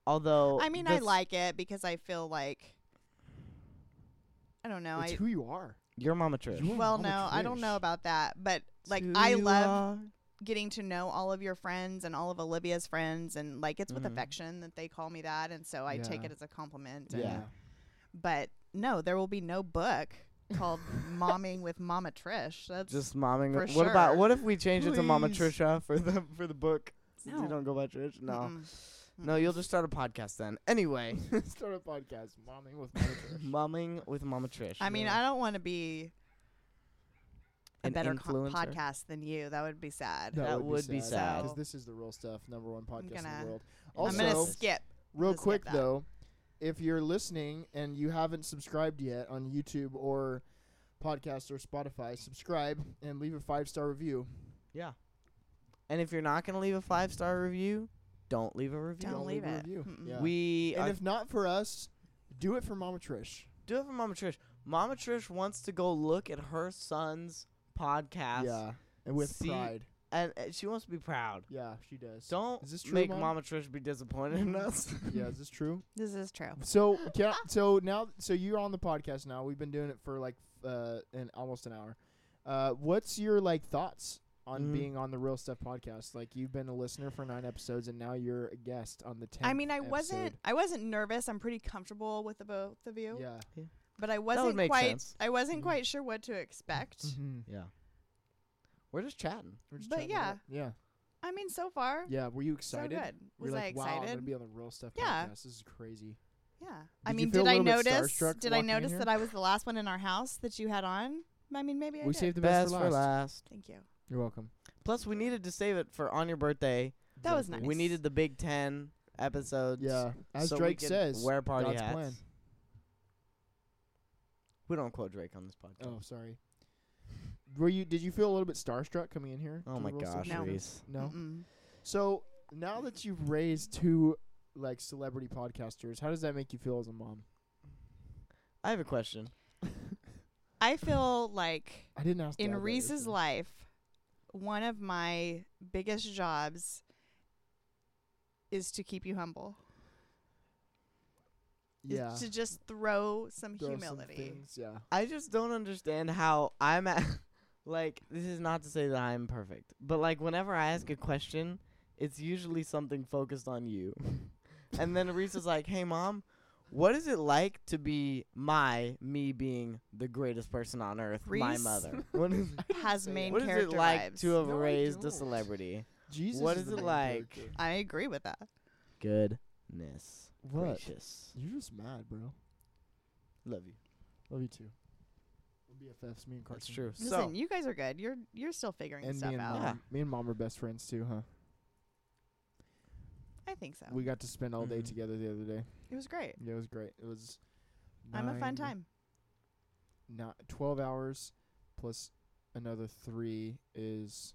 Speaker 1: Although
Speaker 3: I mean, I
Speaker 1: that's-
Speaker 3: like it because I feel like I don't know.
Speaker 2: It's
Speaker 3: I
Speaker 2: who you are.
Speaker 1: you're Mama Trish.
Speaker 2: You are
Speaker 3: well,
Speaker 2: Mama
Speaker 3: no, I don't
Speaker 2: Trish.
Speaker 3: know about that, but like
Speaker 1: Who
Speaker 3: I
Speaker 1: you
Speaker 3: love
Speaker 1: are.
Speaker 3: getting to know all of your friends and all of Olivia's friends, and like it's with
Speaker 1: Mhm.
Speaker 3: affection that they call me that, and so I take
Speaker 2: Yeah.
Speaker 3: it as a compliment.
Speaker 1: Yeah.
Speaker 3: and- but no, there will be no book
Speaker 1: [laughs]
Speaker 3: called "Momming with Mama Trish." That's
Speaker 1: Just momming.
Speaker 3: For
Speaker 1: with- what about
Speaker 3: sure.
Speaker 1: what if we change it to Mama
Speaker 2: Please.
Speaker 1: Trisha for the for the book? Since you
Speaker 3: No.
Speaker 1: don't go by Trish. No,
Speaker 3: Mm-mm.
Speaker 1: no, you'll just start a podcast then.
Speaker 3: [laughs]
Speaker 1: Anyway,
Speaker 2: [laughs] Start a podcast, momming with
Speaker 1: [laughs]
Speaker 2: Mama Trish.
Speaker 1: momming with Mama Trish.
Speaker 3: I mean, I don't want to be a
Speaker 1: An
Speaker 3: better co-
Speaker 1: influencer.
Speaker 3: podcast than you. That would be sad.
Speaker 1: That would be
Speaker 3: sad.
Speaker 2: because
Speaker 3: So-
Speaker 2: this is the real stuff, number one podcast in
Speaker 3: gonna-
Speaker 2: the world.
Speaker 1: I'm
Speaker 3: I'm gonna
Speaker 2: Also-
Speaker 3: skip.
Speaker 2: Real
Speaker 3: Let's get
Speaker 2: quick
Speaker 3: that.
Speaker 2: though, if you're listening and you haven't subscribed yet on YouTube or podcast or Spotify, subscribe and leave a five star review.
Speaker 1: And if you're not gonna leave a five star review, don't leave a review.
Speaker 3: Don't,
Speaker 2: don't
Speaker 3: leave
Speaker 2: leave a
Speaker 3: it.
Speaker 2: review.
Speaker 3: Mm-mm.
Speaker 2: Yeah.
Speaker 1: We
Speaker 2: And
Speaker 1: are
Speaker 2: if not for us, Do it for Mama Trish.
Speaker 1: Do it for Mama Trish. Mama Trish wants to go look at her son's podcast,
Speaker 2: Yeah, and with
Speaker 1: See-
Speaker 2: pride.
Speaker 1: and, and she wants to be proud.
Speaker 2: Yeah, she does.
Speaker 1: Don't
Speaker 2: Is this true,
Speaker 1: make
Speaker 2: Mom?
Speaker 1: Mama Trish be disappointed in us.
Speaker 2: [laughs] Yeah, is this
Speaker 3: [laughs]
Speaker 2: true?
Speaker 3: This is true.
Speaker 2: So can I- so now so you're on the podcast now. We've been doing it for like uh an almost an hour. Uh, what's your like thoughts on
Speaker 1: Mhm.
Speaker 2: being on the Real Stuff podcast? Like you've been a listener for nine episodes, and now you're a guest on the tenth.
Speaker 3: I mean, I wasn't I wasn't nervous. I'm pretty comfortable with the both of you,
Speaker 2: episode. Yeah.
Speaker 3: but I wasn't
Speaker 1: make
Speaker 3: quite
Speaker 1: sense.
Speaker 3: I wasn't
Speaker 2: Mhm.
Speaker 3: quite sure what to expect.
Speaker 2: Mm-hmm.
Speaker 1: yeah, we're just chatting.
Speaker 3: But
Speaker 2: Yeah.
Speaker 3: I mean, so far,
Speaker 2: Yeah. Were you
Speaker 3: so
Speaker 2: excited?
Speaker 3: good. Was
Speaker 2: You're
Speaker 3: I
Speaker 2: like, wow, I'm gonna
Speaker 3: excited?
Speaker 2: be on the Real Stuff
Speaker 3: Yeah.
Speaker 2: podcast. This is crazy.
Speaker 3: yeah. I
Speaker 2: Did you
Speaker 3: mean,
Speaker 2: feel
Speaker 3: did
Speaker 2: a
Speaker 3: I
Speaker 2: little bit
Speaker 3: notice?
Speaker 2: starstruck
Speaker 3: Did I
Speaker 2: walking in
Speaker 3: notice
Speaker 2: here?
Speaker 3: that I was the last one in our house that you had on? I mean, maybe I
Speaker 2: we
Speaker 3: did.
Speaker 2: saved the best,
Speaker 1: Best
Speaker 2: for last.
Speaker 3: Thank you.
Speaker 2: You're welcome.
Speaker 1: Plus, we needed to save it for on your birthday.
Speaker 3: That was
Speaker 1: We
Speaker 3: Nice.
Speaker 1: needed the Big Ten episodes.
Speaker 2: Yeah. As
Speaker 1: so we
Speaker 2: Drake
Speaker 1: could
Speaker 2: says,
Speaker 1: wear party
Speaker 2: God's
Speaker 1: hats.
Speaker 2: plan.
Speaker 1: We don't quote Drake on this podcast.
Speaker 2: Oh, sorry. Were you? Did you feel a little bit starstruck coming in here?
Speaker 1: Oh,
Speaker 2: to
Speaker 1: my
Speaker 2: Real Stuff?
Speaker 1: gosh,
Speaker 3: No.
Speaker 1: Reese.
Speaker 2: No.
Speaker 3: Mm-mm.
Speaker 2: So now that you've raised two like celebrity podcasters, how does that make you feel as a mom?
Speaker 1: I have a question.
Speaker 3: I feel like
Speaker 2: I didn't ask. Dad
Speaker 3: in
Speaker 2: that,
Speaker 3: Reese's
Speaker 2: okay.
Speaker 3: life, one of my biggest jobs is to keep you humble. is
Speaker 2: yeah,
Speaker 3: to just throw some
Speaker 2: throw some
Speaker 3: humility.
Speaker 2: things, yeah,
Speaker 1: I just don't understand how I'm at. [laughs] Like, this is not to say that I'm perfect, but like, whenever I ask a question, it's usually something focused on you. [laughs] and then Reese is like, hey, mom, what is it like to be my, me being the greatest person on earth, my
Speaker 3: Reese?
Speaker 1: mother? What is,
Speaker 3: Has
Speaker 2: say
Speaker 3: main
Speaker 1: what is it
Speaker 3: character
Speaker 1: like
Speaker 3: vibes.
Speaker 1: to have
Speaker 2: No, I
Speaker 1: raised a
Speaker 2: don't.
Speaker 1: celebrity?
Speaker 2: Jesus.
Speaker 1: What
Speaker 2: is
Speaker 1: is
Speaker 2: the
Speaker 1: it
Speaker 2: main
Speaker 1: like?
Speaker 2: character.
Speaker 3: I agree with that.
Speaker 1: Goodness
Speaker 2: What?
Speaker 1: gracious.
Speaker 2: You're just mad, bro.
Speaker 1: Love you.
Speaker 2: Love you too. We're BFFs, me and Carson.
Speaker 1: That's true.
Speaker 3: Listen,
Speaker 1: So,
Speaker 3: you guys are good. You're you're still figuring
Speaker 2: And
Speaker 3: stuff
Speaker 2: me and
Speaker 3: out.
Speaker 2: mom,
Speaker 1: Yeah.
Speaker 2: me and mom are best friends too, huh?
Speaker 3: I think so.
Speaker 2: We got to spend all day
Speaker 1: Mhm.
Speaker 2: together the other day.
Speaker 3: it was great.
Speaker 2: Yeah, it was great. It was.
Speaker 3: I'm a fun
Speaker 2: nine-
Speaker 3: time.
Speaker 2: not 12 hours plus another 3 is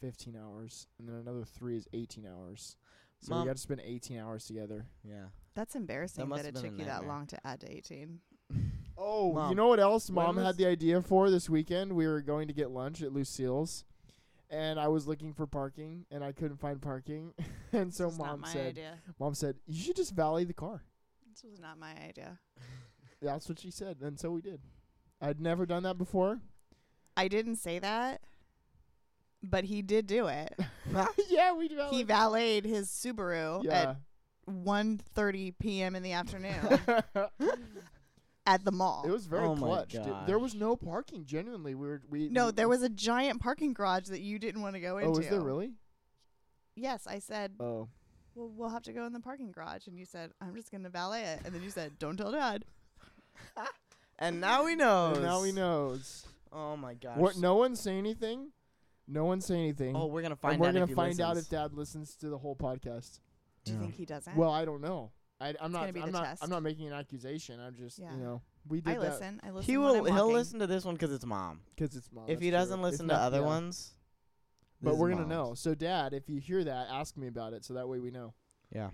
Speaker 2: 15 hours and then another 3 is 18 hours so
Speaker 1: Mom-
Speaker 2: we got to spend 18 hours together
Speaker 1: yeah.
Speaker 3: That's embarrassing
Speaker 1: must
Speaker 3: that,
Speaker 1: have
Speaker 3: it
Speaker 1: been a
Speaker 3: took you that
Speaker 1: nightmare.
Speaker 3: long to add to 18.
Speaker 2: oh
Speaker 1: Mom,
Speaker 2: you know what else
Speaker 1: when
Speaker 2: mom
Speaker 1: was-
Speaker 2: had the idea for this weekend we were going to get lunch at lucille's and i was looking for parking and i couldn't find parking [laughs] and so
Speaker 3: this was not
Speaker 2: mom
Speaker 3: my
Speaker 2: said
Speaker 3: idea.
Speaker 2: mom said you should just valet the car
Speaker 3: This was not my idea.
Speaker 2: that's what she said and so we did i'd never done that before [laughs]
Speaker 3: I didn't say that, but he did do it.
Speaker 2: yeah we valet
Speaker 3: he valeted his Subaru
Speaker 2: yeah
Speaker 3: at 1:30 p.m. in the afternoon at the mall.
Speaker 2: It was very
Speaker 1: Oh my
Speaker 2: clutch. dude. There was no parking. Genuinely, we were we.
Speaker 3: no, there was a giant parking garage that you didn't want to go into.
Speaker 2: Oh, was there really?
Speaker 3: Yes, I said,
Speaker 2: Oh,
Speaker 3: well, we'll have to go in the parking garage. And you said, I'm just going to valet it. And then you said, don't tell dad.
Speaker 1: And now we
Speaker 3: Oh,
Speaker 1: know.
Speaker 2: and now he knows.
Speaker 1: Oh my gosh.
Speaker 2: What? No one say anything. No one say anything.
Speaker 1: Oh, we're gonna
Speaker 2: and
Speaker 1: find
Speaker 2: we're
Speaker 1: out.
Speaker 2: gonna
Speaker 1: if he
Speaker 2: find out
Speaker 1: listens.
Speaker 2: if Dad listens to the whole podcast.
Speaker 3: Do you
Speaker 1: Yeah.
Speaker 3: think he doesn't?
Speaker 2: Well, I don't know. I, I'm
Speaker 3: gonna
Speaker 2: not.
Speaker 3: be
Speaker 2: I'm
Speaker 3: the
Speaker 2: not.
Speaker 3: test.
Speaker 2: I'm not making an accusation. I'm just.
Speaker 3: Yeah.
Speaker 2: You know, we did
Speaker 3: I listen. I listen.
Speaker 1: he
Speaker 3: when
Speaker 1: will.
Speaker 3: I'm
Speaker 1: He'll
Speaker 3: walking.
Speaker 1: listen to this one 'cause it's mom.
Speaker 2: because it's mom.
Speaker 1: if
Speaker 2: Oh, that's
Speaker 1: he
Speaker 2: true.
Speaker 1: doesn't
Speaker 2: If
Speaker 1: listen to
Speaker 2: not-
Speaker 1: other
Speaker 2: yeah.
Speaker 1: ones,
Speaker 2: but
Speaker 1: this
Speaker 2: we're
Speaker 1: is
Speaker 2: gonna know.
Speaker 1: mom's.
Speaker 2: So, Dad, if you hear that, ask me about it, so that way we know.
Speaker 1: Yeah.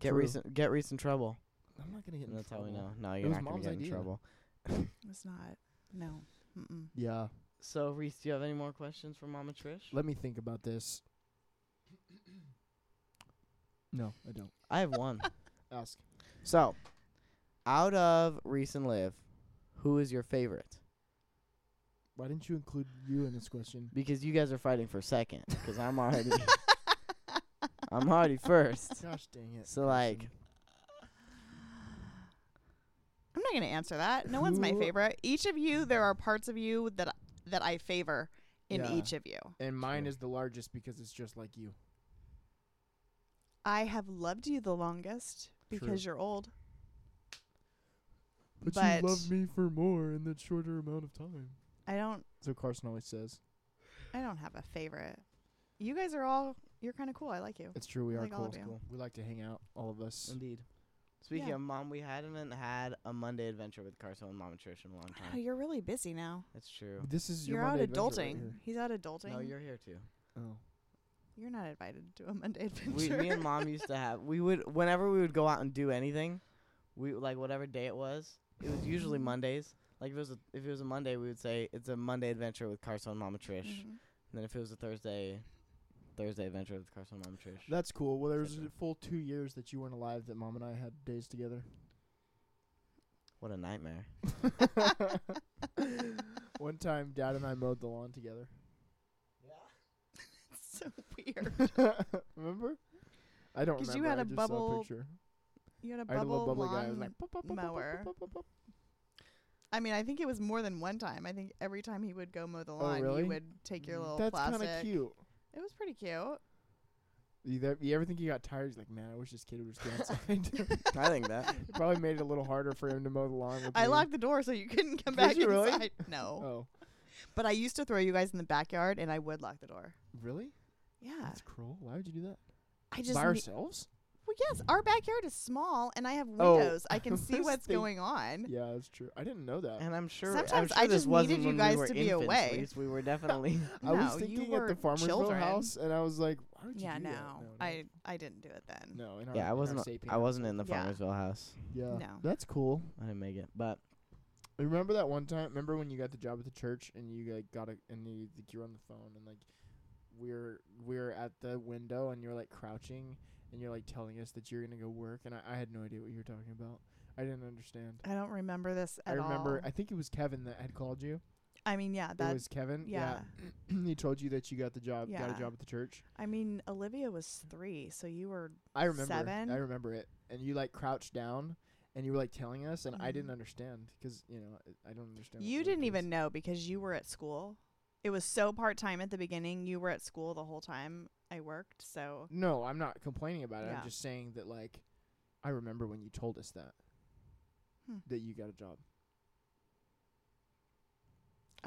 Speaker 1: Get
Speaker 2: True.
Speaker 1: recent. Get recent trouble.
Speaker 2: I'm not gonna get.
Speaker 1: And
Speaker 2: in
Speaker 1: that's how we
Speaker 2: trouble.
Speaker 1: know. No, you're
Speaker 2: was
Speaker 1: not gonna
Speaker 2: mom's
Speaker 1: get in
Speaker 2: idea.
Speaker 1: trouble.
Speaker 3: It's not. No. Mm-mm.
Speaker 2: Yeah.
Speaker 1: So Reese, do you have any more questions for Mama Trish?
Speaker 2: Let me think about this. No, I don't.
Speaker 1: I have
Speaker 2: [laughs]
Speaker 1: one.
Speaker 2: Ask.
Speaker 1: So, out of Reese and Liv, who is your favorite?
Speaker 2: Why didn't you include you in this question?
Speaker 1: Because you guys are fighting for second. Because I'm
Speaker 2: [laughs]
Speaker 3: [laughs]
Speaker 1: already. I'm already first.
Speaker 2: Gosh dang it.
Speaker 1: So like,
Speaker 3: I'm not going to answer that. No one's my
Speaker 2: Who-
Speaker 3: favorite. Each of you, there are parts of you that that I favor in
Speaker 2: Yeah.
Speaker 3: each of you.
Speaker 2: And mine
Speaker 1: Sure.
Speaker 2: is the largest because it's just like you.
Speaker 3: I have loved you the longest
Speaker 2: True.
Speaker 3: because you're old.
Speaker 2: But,
Speaker 3: But-
Speaker 2: you love me for more in that shorter amount of time.
Speaker 3: I don't.
Speaker 2: So Carson always says.
Speaker 3: I don't have a favorite. You guys are all. You're kind of cool. I like you.
Speaker 2: It's true, we
Speaker 3: I
Speaker 2: are
Speaker 3: like all
Speaker 2: cool.
Speaker 3: of you.
Speaker 1: cool.
Speaker 2: We like to hang out, all of us.
Speaker 1: Indeed. Speaking
Speaker 3: Yeah.
Speaker 1: of mom, we hadn't had a Monday adventure with Carson and Mom and Trish in a long
Speaker 3: Oh,
Speaker 1: time.
Speaker 3: you're really busy now.
Speaker 1: That's true.
Speaker 2: This is your
Speaker 3: You're out
Speaker 2: Monday adventure right
Speaker 3: adulting.
Speaker 2: here.
Speaker 3: He's out adulting.
Speaker 1: No, you're here too.
Speaker 2: Oh.
Speaker 3: You're not invited to a Monday
Speaker 1: We,
Speaker 3: adventure.
Speaker 1: me and Mom used to have. We would whenever we would go out and do anything, we like whatever day it was. It was usually Mondays. Like if it was a, if it was a Monday, we would say it's a Monday adventure with Carson and Mama
Speaker 3: [laughs]
Speaker 1: Trish.
Speaker 3: Mhm.
Speaker 1: And then if it was a Thursday, Thursday adventure with Carson and Mama Trish.
Speaker 2: That's cool. Well, there was
Speaker 1: Etc.
Speaker 2: a full two years that you weren't alive that mom and I had days
Speaker 3: [laughs]
Speaker 2: together. [laughs]
Speaker 1: what a nightmare.
Speaker 2: One time, dad and I mowed the lawn together.
Speaker 3: It's so weird.
Speaker 2: remember? I don't
Speaker 3: 'Cause
Speaker 2: remember.
Speaker 3: you had
Speaker 2: I
Speaker 3: a
Speaker 2: just saw
Speaker 3: bubble
Speaker 2: a picture.
Speaker 3: You had
Speaker 2: [laughs]
Speaker 3: a
Speaker 2: I had a little
Speaker 3: bubble
Speaker 2: bubble guy. I was
Speaker 3: lawn.
Speaker 2: like, "Pop, pop, pop, pop, pop,
Speaker 3: mower."
Speaker 2: pop, pop, pop."
Speaker 3: I mean, I think it was more than one time. I think every time he would go mow the lawn,
Speaker 2: Oh, really?
Speaker 3: you would take your
Speaker 1: Mm.
Speaker 3: little
Speaker 2: That's
Speaker 3: plastic.
Speaker 2: kind of cute.
Speaker 3: It was pretty cute.
Speaker 2: You, th- you ever think he got tired? He's like, man, I wish this kid would
Speaker 3: [laughs]
Speaker 2: just get outside.
Speaker 1: [laughs] I think that.
Speaker 2: It probably made it a little harder for him to mow the lawn. With
Speaker 3: I
Speaker 2: me.
Speaker 3: locked the door so you couldn't come
Speaker 2: Did
Speaker 3: back
Speaker 2: you really?
Speaker 3: inside. No.
Speaker 2: Oh,
Speaker 3: But I used to throw you guys in the backyard and I would lock the door.
Speaker 2: really?
Speaker 3: Yeah.
Speaker 2: That's cruel. Why would you do that?
Speaker 3: I just
Speaker 2: By
Speaker 3: ne-
Speaker 2: ourselves?
Speaker 3: Well, yes, our backyard is small and I have
Speaker 2: Oh,
Speaker 3: windows. I
Speaker 2: [laughs]
Speaker 3: can
Speaker 2: I
Speaker 3: see
Speaker 2: was
Speaker 3: what's
Speaker 2: think-
Speaker 3: going on.
Speaker 2: Yeah, that's true. I didn't know that.
Speaker 1: And I'm sure. I'm
Speaker 3: Sometimes
Speaker 1: sure
Speaker 3: I
Speaker 1: this
Speaker 3: just
Speaker 1: wasn't
Speaker 3: needed you
Speaker 1: when
Speaker 3: guys
Speaker 1: we were
Speaker 3: to be
Speaker 1: infants,
Speaker 3: away.
Speaker 1: Lise. We were
Speaker 3: [laughs]
Speaker 1: definitely.
Speaker 2: [laughs] I was
Speaker 3: No, you
Speaker 2: thinking at
Speaker 3: were
Speaker 2: the farmer's
Speaker 3: children.
Speaker 2: house, and I was like, why would you
Speaker 3: Yeah,
Speaker 2: do
Speaker 3: no.
Speaker 2: that? No, no.
Speaker 3: I I didn't do it then.
Speaker 2: No, in our,
Speaker 1: yeah, I wasn't.
Speaker 2: In
Speaker 1: I
Speaker 2: our sapien.
Speaker 1: wasn't in the
Speaker 3: Yeah.
Speaker 1: Farmersville house.
Speaker 2: yeah,
Speaker 3: No.
Speaker 2: that's cool.
Speaker 1: I didn't make it, but
Speaker 2: Remember that one time? Remember when you got the job at the church and you like got a and you like you were on the phone and like we're we're at the window and you're like crouching and you're like telling us that you're gonna go work and I, I had no idea what you were talking about. I didn't understand.
Speaker 3: I don't remember this at
Speaker 2: I remember.
Speaker 3: all.
Speaker 2: I think it was Kevin that had called you.
Speaker 3: I mean, yeah,
Speaker 2: it
Speaker 3: that
Speaker 2: was Kevin.
Speaker 3: yeah.
Speaker 2: [clears throat] he told you that you got the job. Got
Speaker 3: Yeah.
Speaker 2: a job at the church.
Speaker 3: I mean, Olivia was 3, so you were
Speaker 2: I remember.
Speaker 3: Seven?
Speaker 2: I remember it. And you like crouched down and you were like telling us and I
Speaker 3: Mhm.
Speaker 2: didn't understand because you know I- I don't understand. what
Speaker 3: You
Speaker 2: work
Speaker 3: didn't
Speaker 2: is.
Speaker 3: even know because you were at school. It was so part time at the beginning. You were at school the whole time I worked. So
Speaker 2: No, I'm not complaining about it.
Speaker 3: Yeah.
Speaker 2: I'm just saying that like I remember when you told us that
Speaker 3: Hmm.
Speaker 2: that you got a job.
Speaker 3: I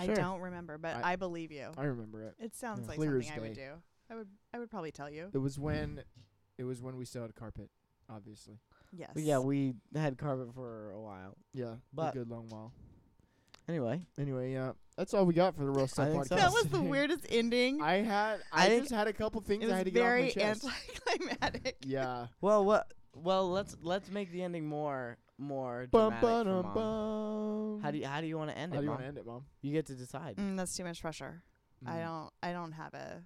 Speaker 1: Sure.
Speaker 3: don't remember, but I,
Speaker 2: I-
Speaker 3: believe you.
Speaker 2: I remember it.
Speaker 3: It sounds
Speaker 1: Yeah.
Speaker 3: like
Speaker 2: Clear
Speaker 3: something
Speaker 2: as
Speaker 3: I would
Speaker 2: day.
Speaker 3: do. I would I would probably tell you.
Speaker 2: It was when it was when we still had carpet, obviously.
Speaker 3: Yes.
Speaker 1: yeah, we had carpet for a while.
Speaker 2: Yeah,
Speaker 1: But-
Speaker 2: a good long while.
Speaker 1: Anyway,
Speaker 2: Anyway, yeah, that's all we got for the real stuff
Speaker 1: think
Speaker 2: podcast.
Speaker 1: so.
Speaker 2: [laughs]
Speaker 3: that was the
Speaker 2: today.
Speaker 3: weirdest ending.
Speaker 2: I had
Speaker 1: I
Speaker 2: I,
Speaker 1: think-
Speaker 2: just had a couple things
Speaker 3: it
Speaker 2: I
Speaker 3: was
Speaker 2: had to get off my
Speaker 3: very
Speaker 2: chest. [laughs]
Speaker 3: anticlimactic. [laughs]
Speaker 2: yeah.
Speaker 1: well, what? Well, let's let's make the ending more more
Speaker 2: Bum
Speaker 1: dramatic. for
Speaker 2: bum
Speaker 1: Mom.
Speaker 2: bum.
Speaker 1: How do you how do you want to end
Speaker 2: How
Speaker 1: it,
Speaker 2: do you
Speaker 1: Mom?
Speaker 2: want to end it, mom?
Speaker 1: You get to decide.
Speaker 3: Mm, that's too much pressure. I
Speaker 2: Mm.
Speaker 3: don't I don't have a.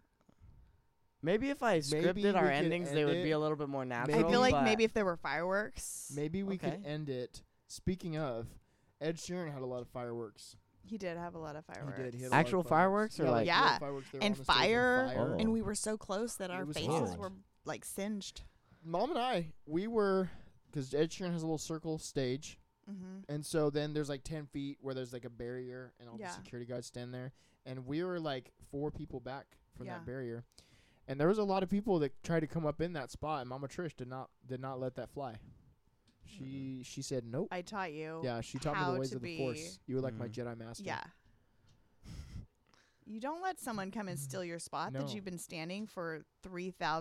Speaker 1: Maybe if I scripted
Speaker 2: Maybe
Speaker 1: our
Speaker 2: we could
Speaker 1: endings, they
Speaker 2: end
Speaker 1: would be
Speaker 2: it-
Speaker 1: a little bit more
Speaker 2: I
Speaker 1: natural.
Speaker 3: I feel like
Speaker 1: but
Speaker 3: maybe if there were fireworks.
Speaker 2: Maybe we could
Speaker 1: Okay.
Speaker 2: end it. Speaking of, Ed Sheeran had a lot of fireworks.
Speaker 3: he did have a lot of fireworks.
Speaker 2: He did. He had a lot of
Speaker 1: Actual fireworks or
Speaker 2: yeah,
Speaker 1: like-
Speaker 2: real
Speaker 3: Yeah.
Speaker 2: fireworks. They were
Speaker 3: And
Speaker 2: on the stage
Speaker 3: fire
Speaker 1: Oh.
Speaker 3: And we were so close that
Speaker 2: It
Speaker 3: our
Speaker 2: was
Speaker 3: faces
Speaker 1: hot.
Speaker 3: were like singed.
Speaker 2: Mom and I, we were because Ed Sheeran has a little circle stage,
Speaker 3: Mm-hmm.
Speaker 2: and so then there's like ten feet where there's like a barrier, and all
Speaker 3: Yeah.
Speaker 2: the security guards stand there, and we were like four people back from
Speaker 3: Yeah.
Speaker 2: that barrier, and there was a lot of people that tried to come up in that spot, and Mama Trish did not did not let that fly. She she said nope.
Speaker 3: I taught you.
Speaker 2: yeah, she taught me
Speaker 3: how
Speaker 2: the ways
Speaker 3: to
Speaker 2: of the
Speaker 3: be-
Speaker 2: force. You were like my
Speaker 1: Mhm.
Speaker 2: Jedi master.
Speaker 3: Yeah. You don't let someone come and steal your spot that
Speaker 2: Mm-hmm. No.
Speaker 3: you've been standing for 3,000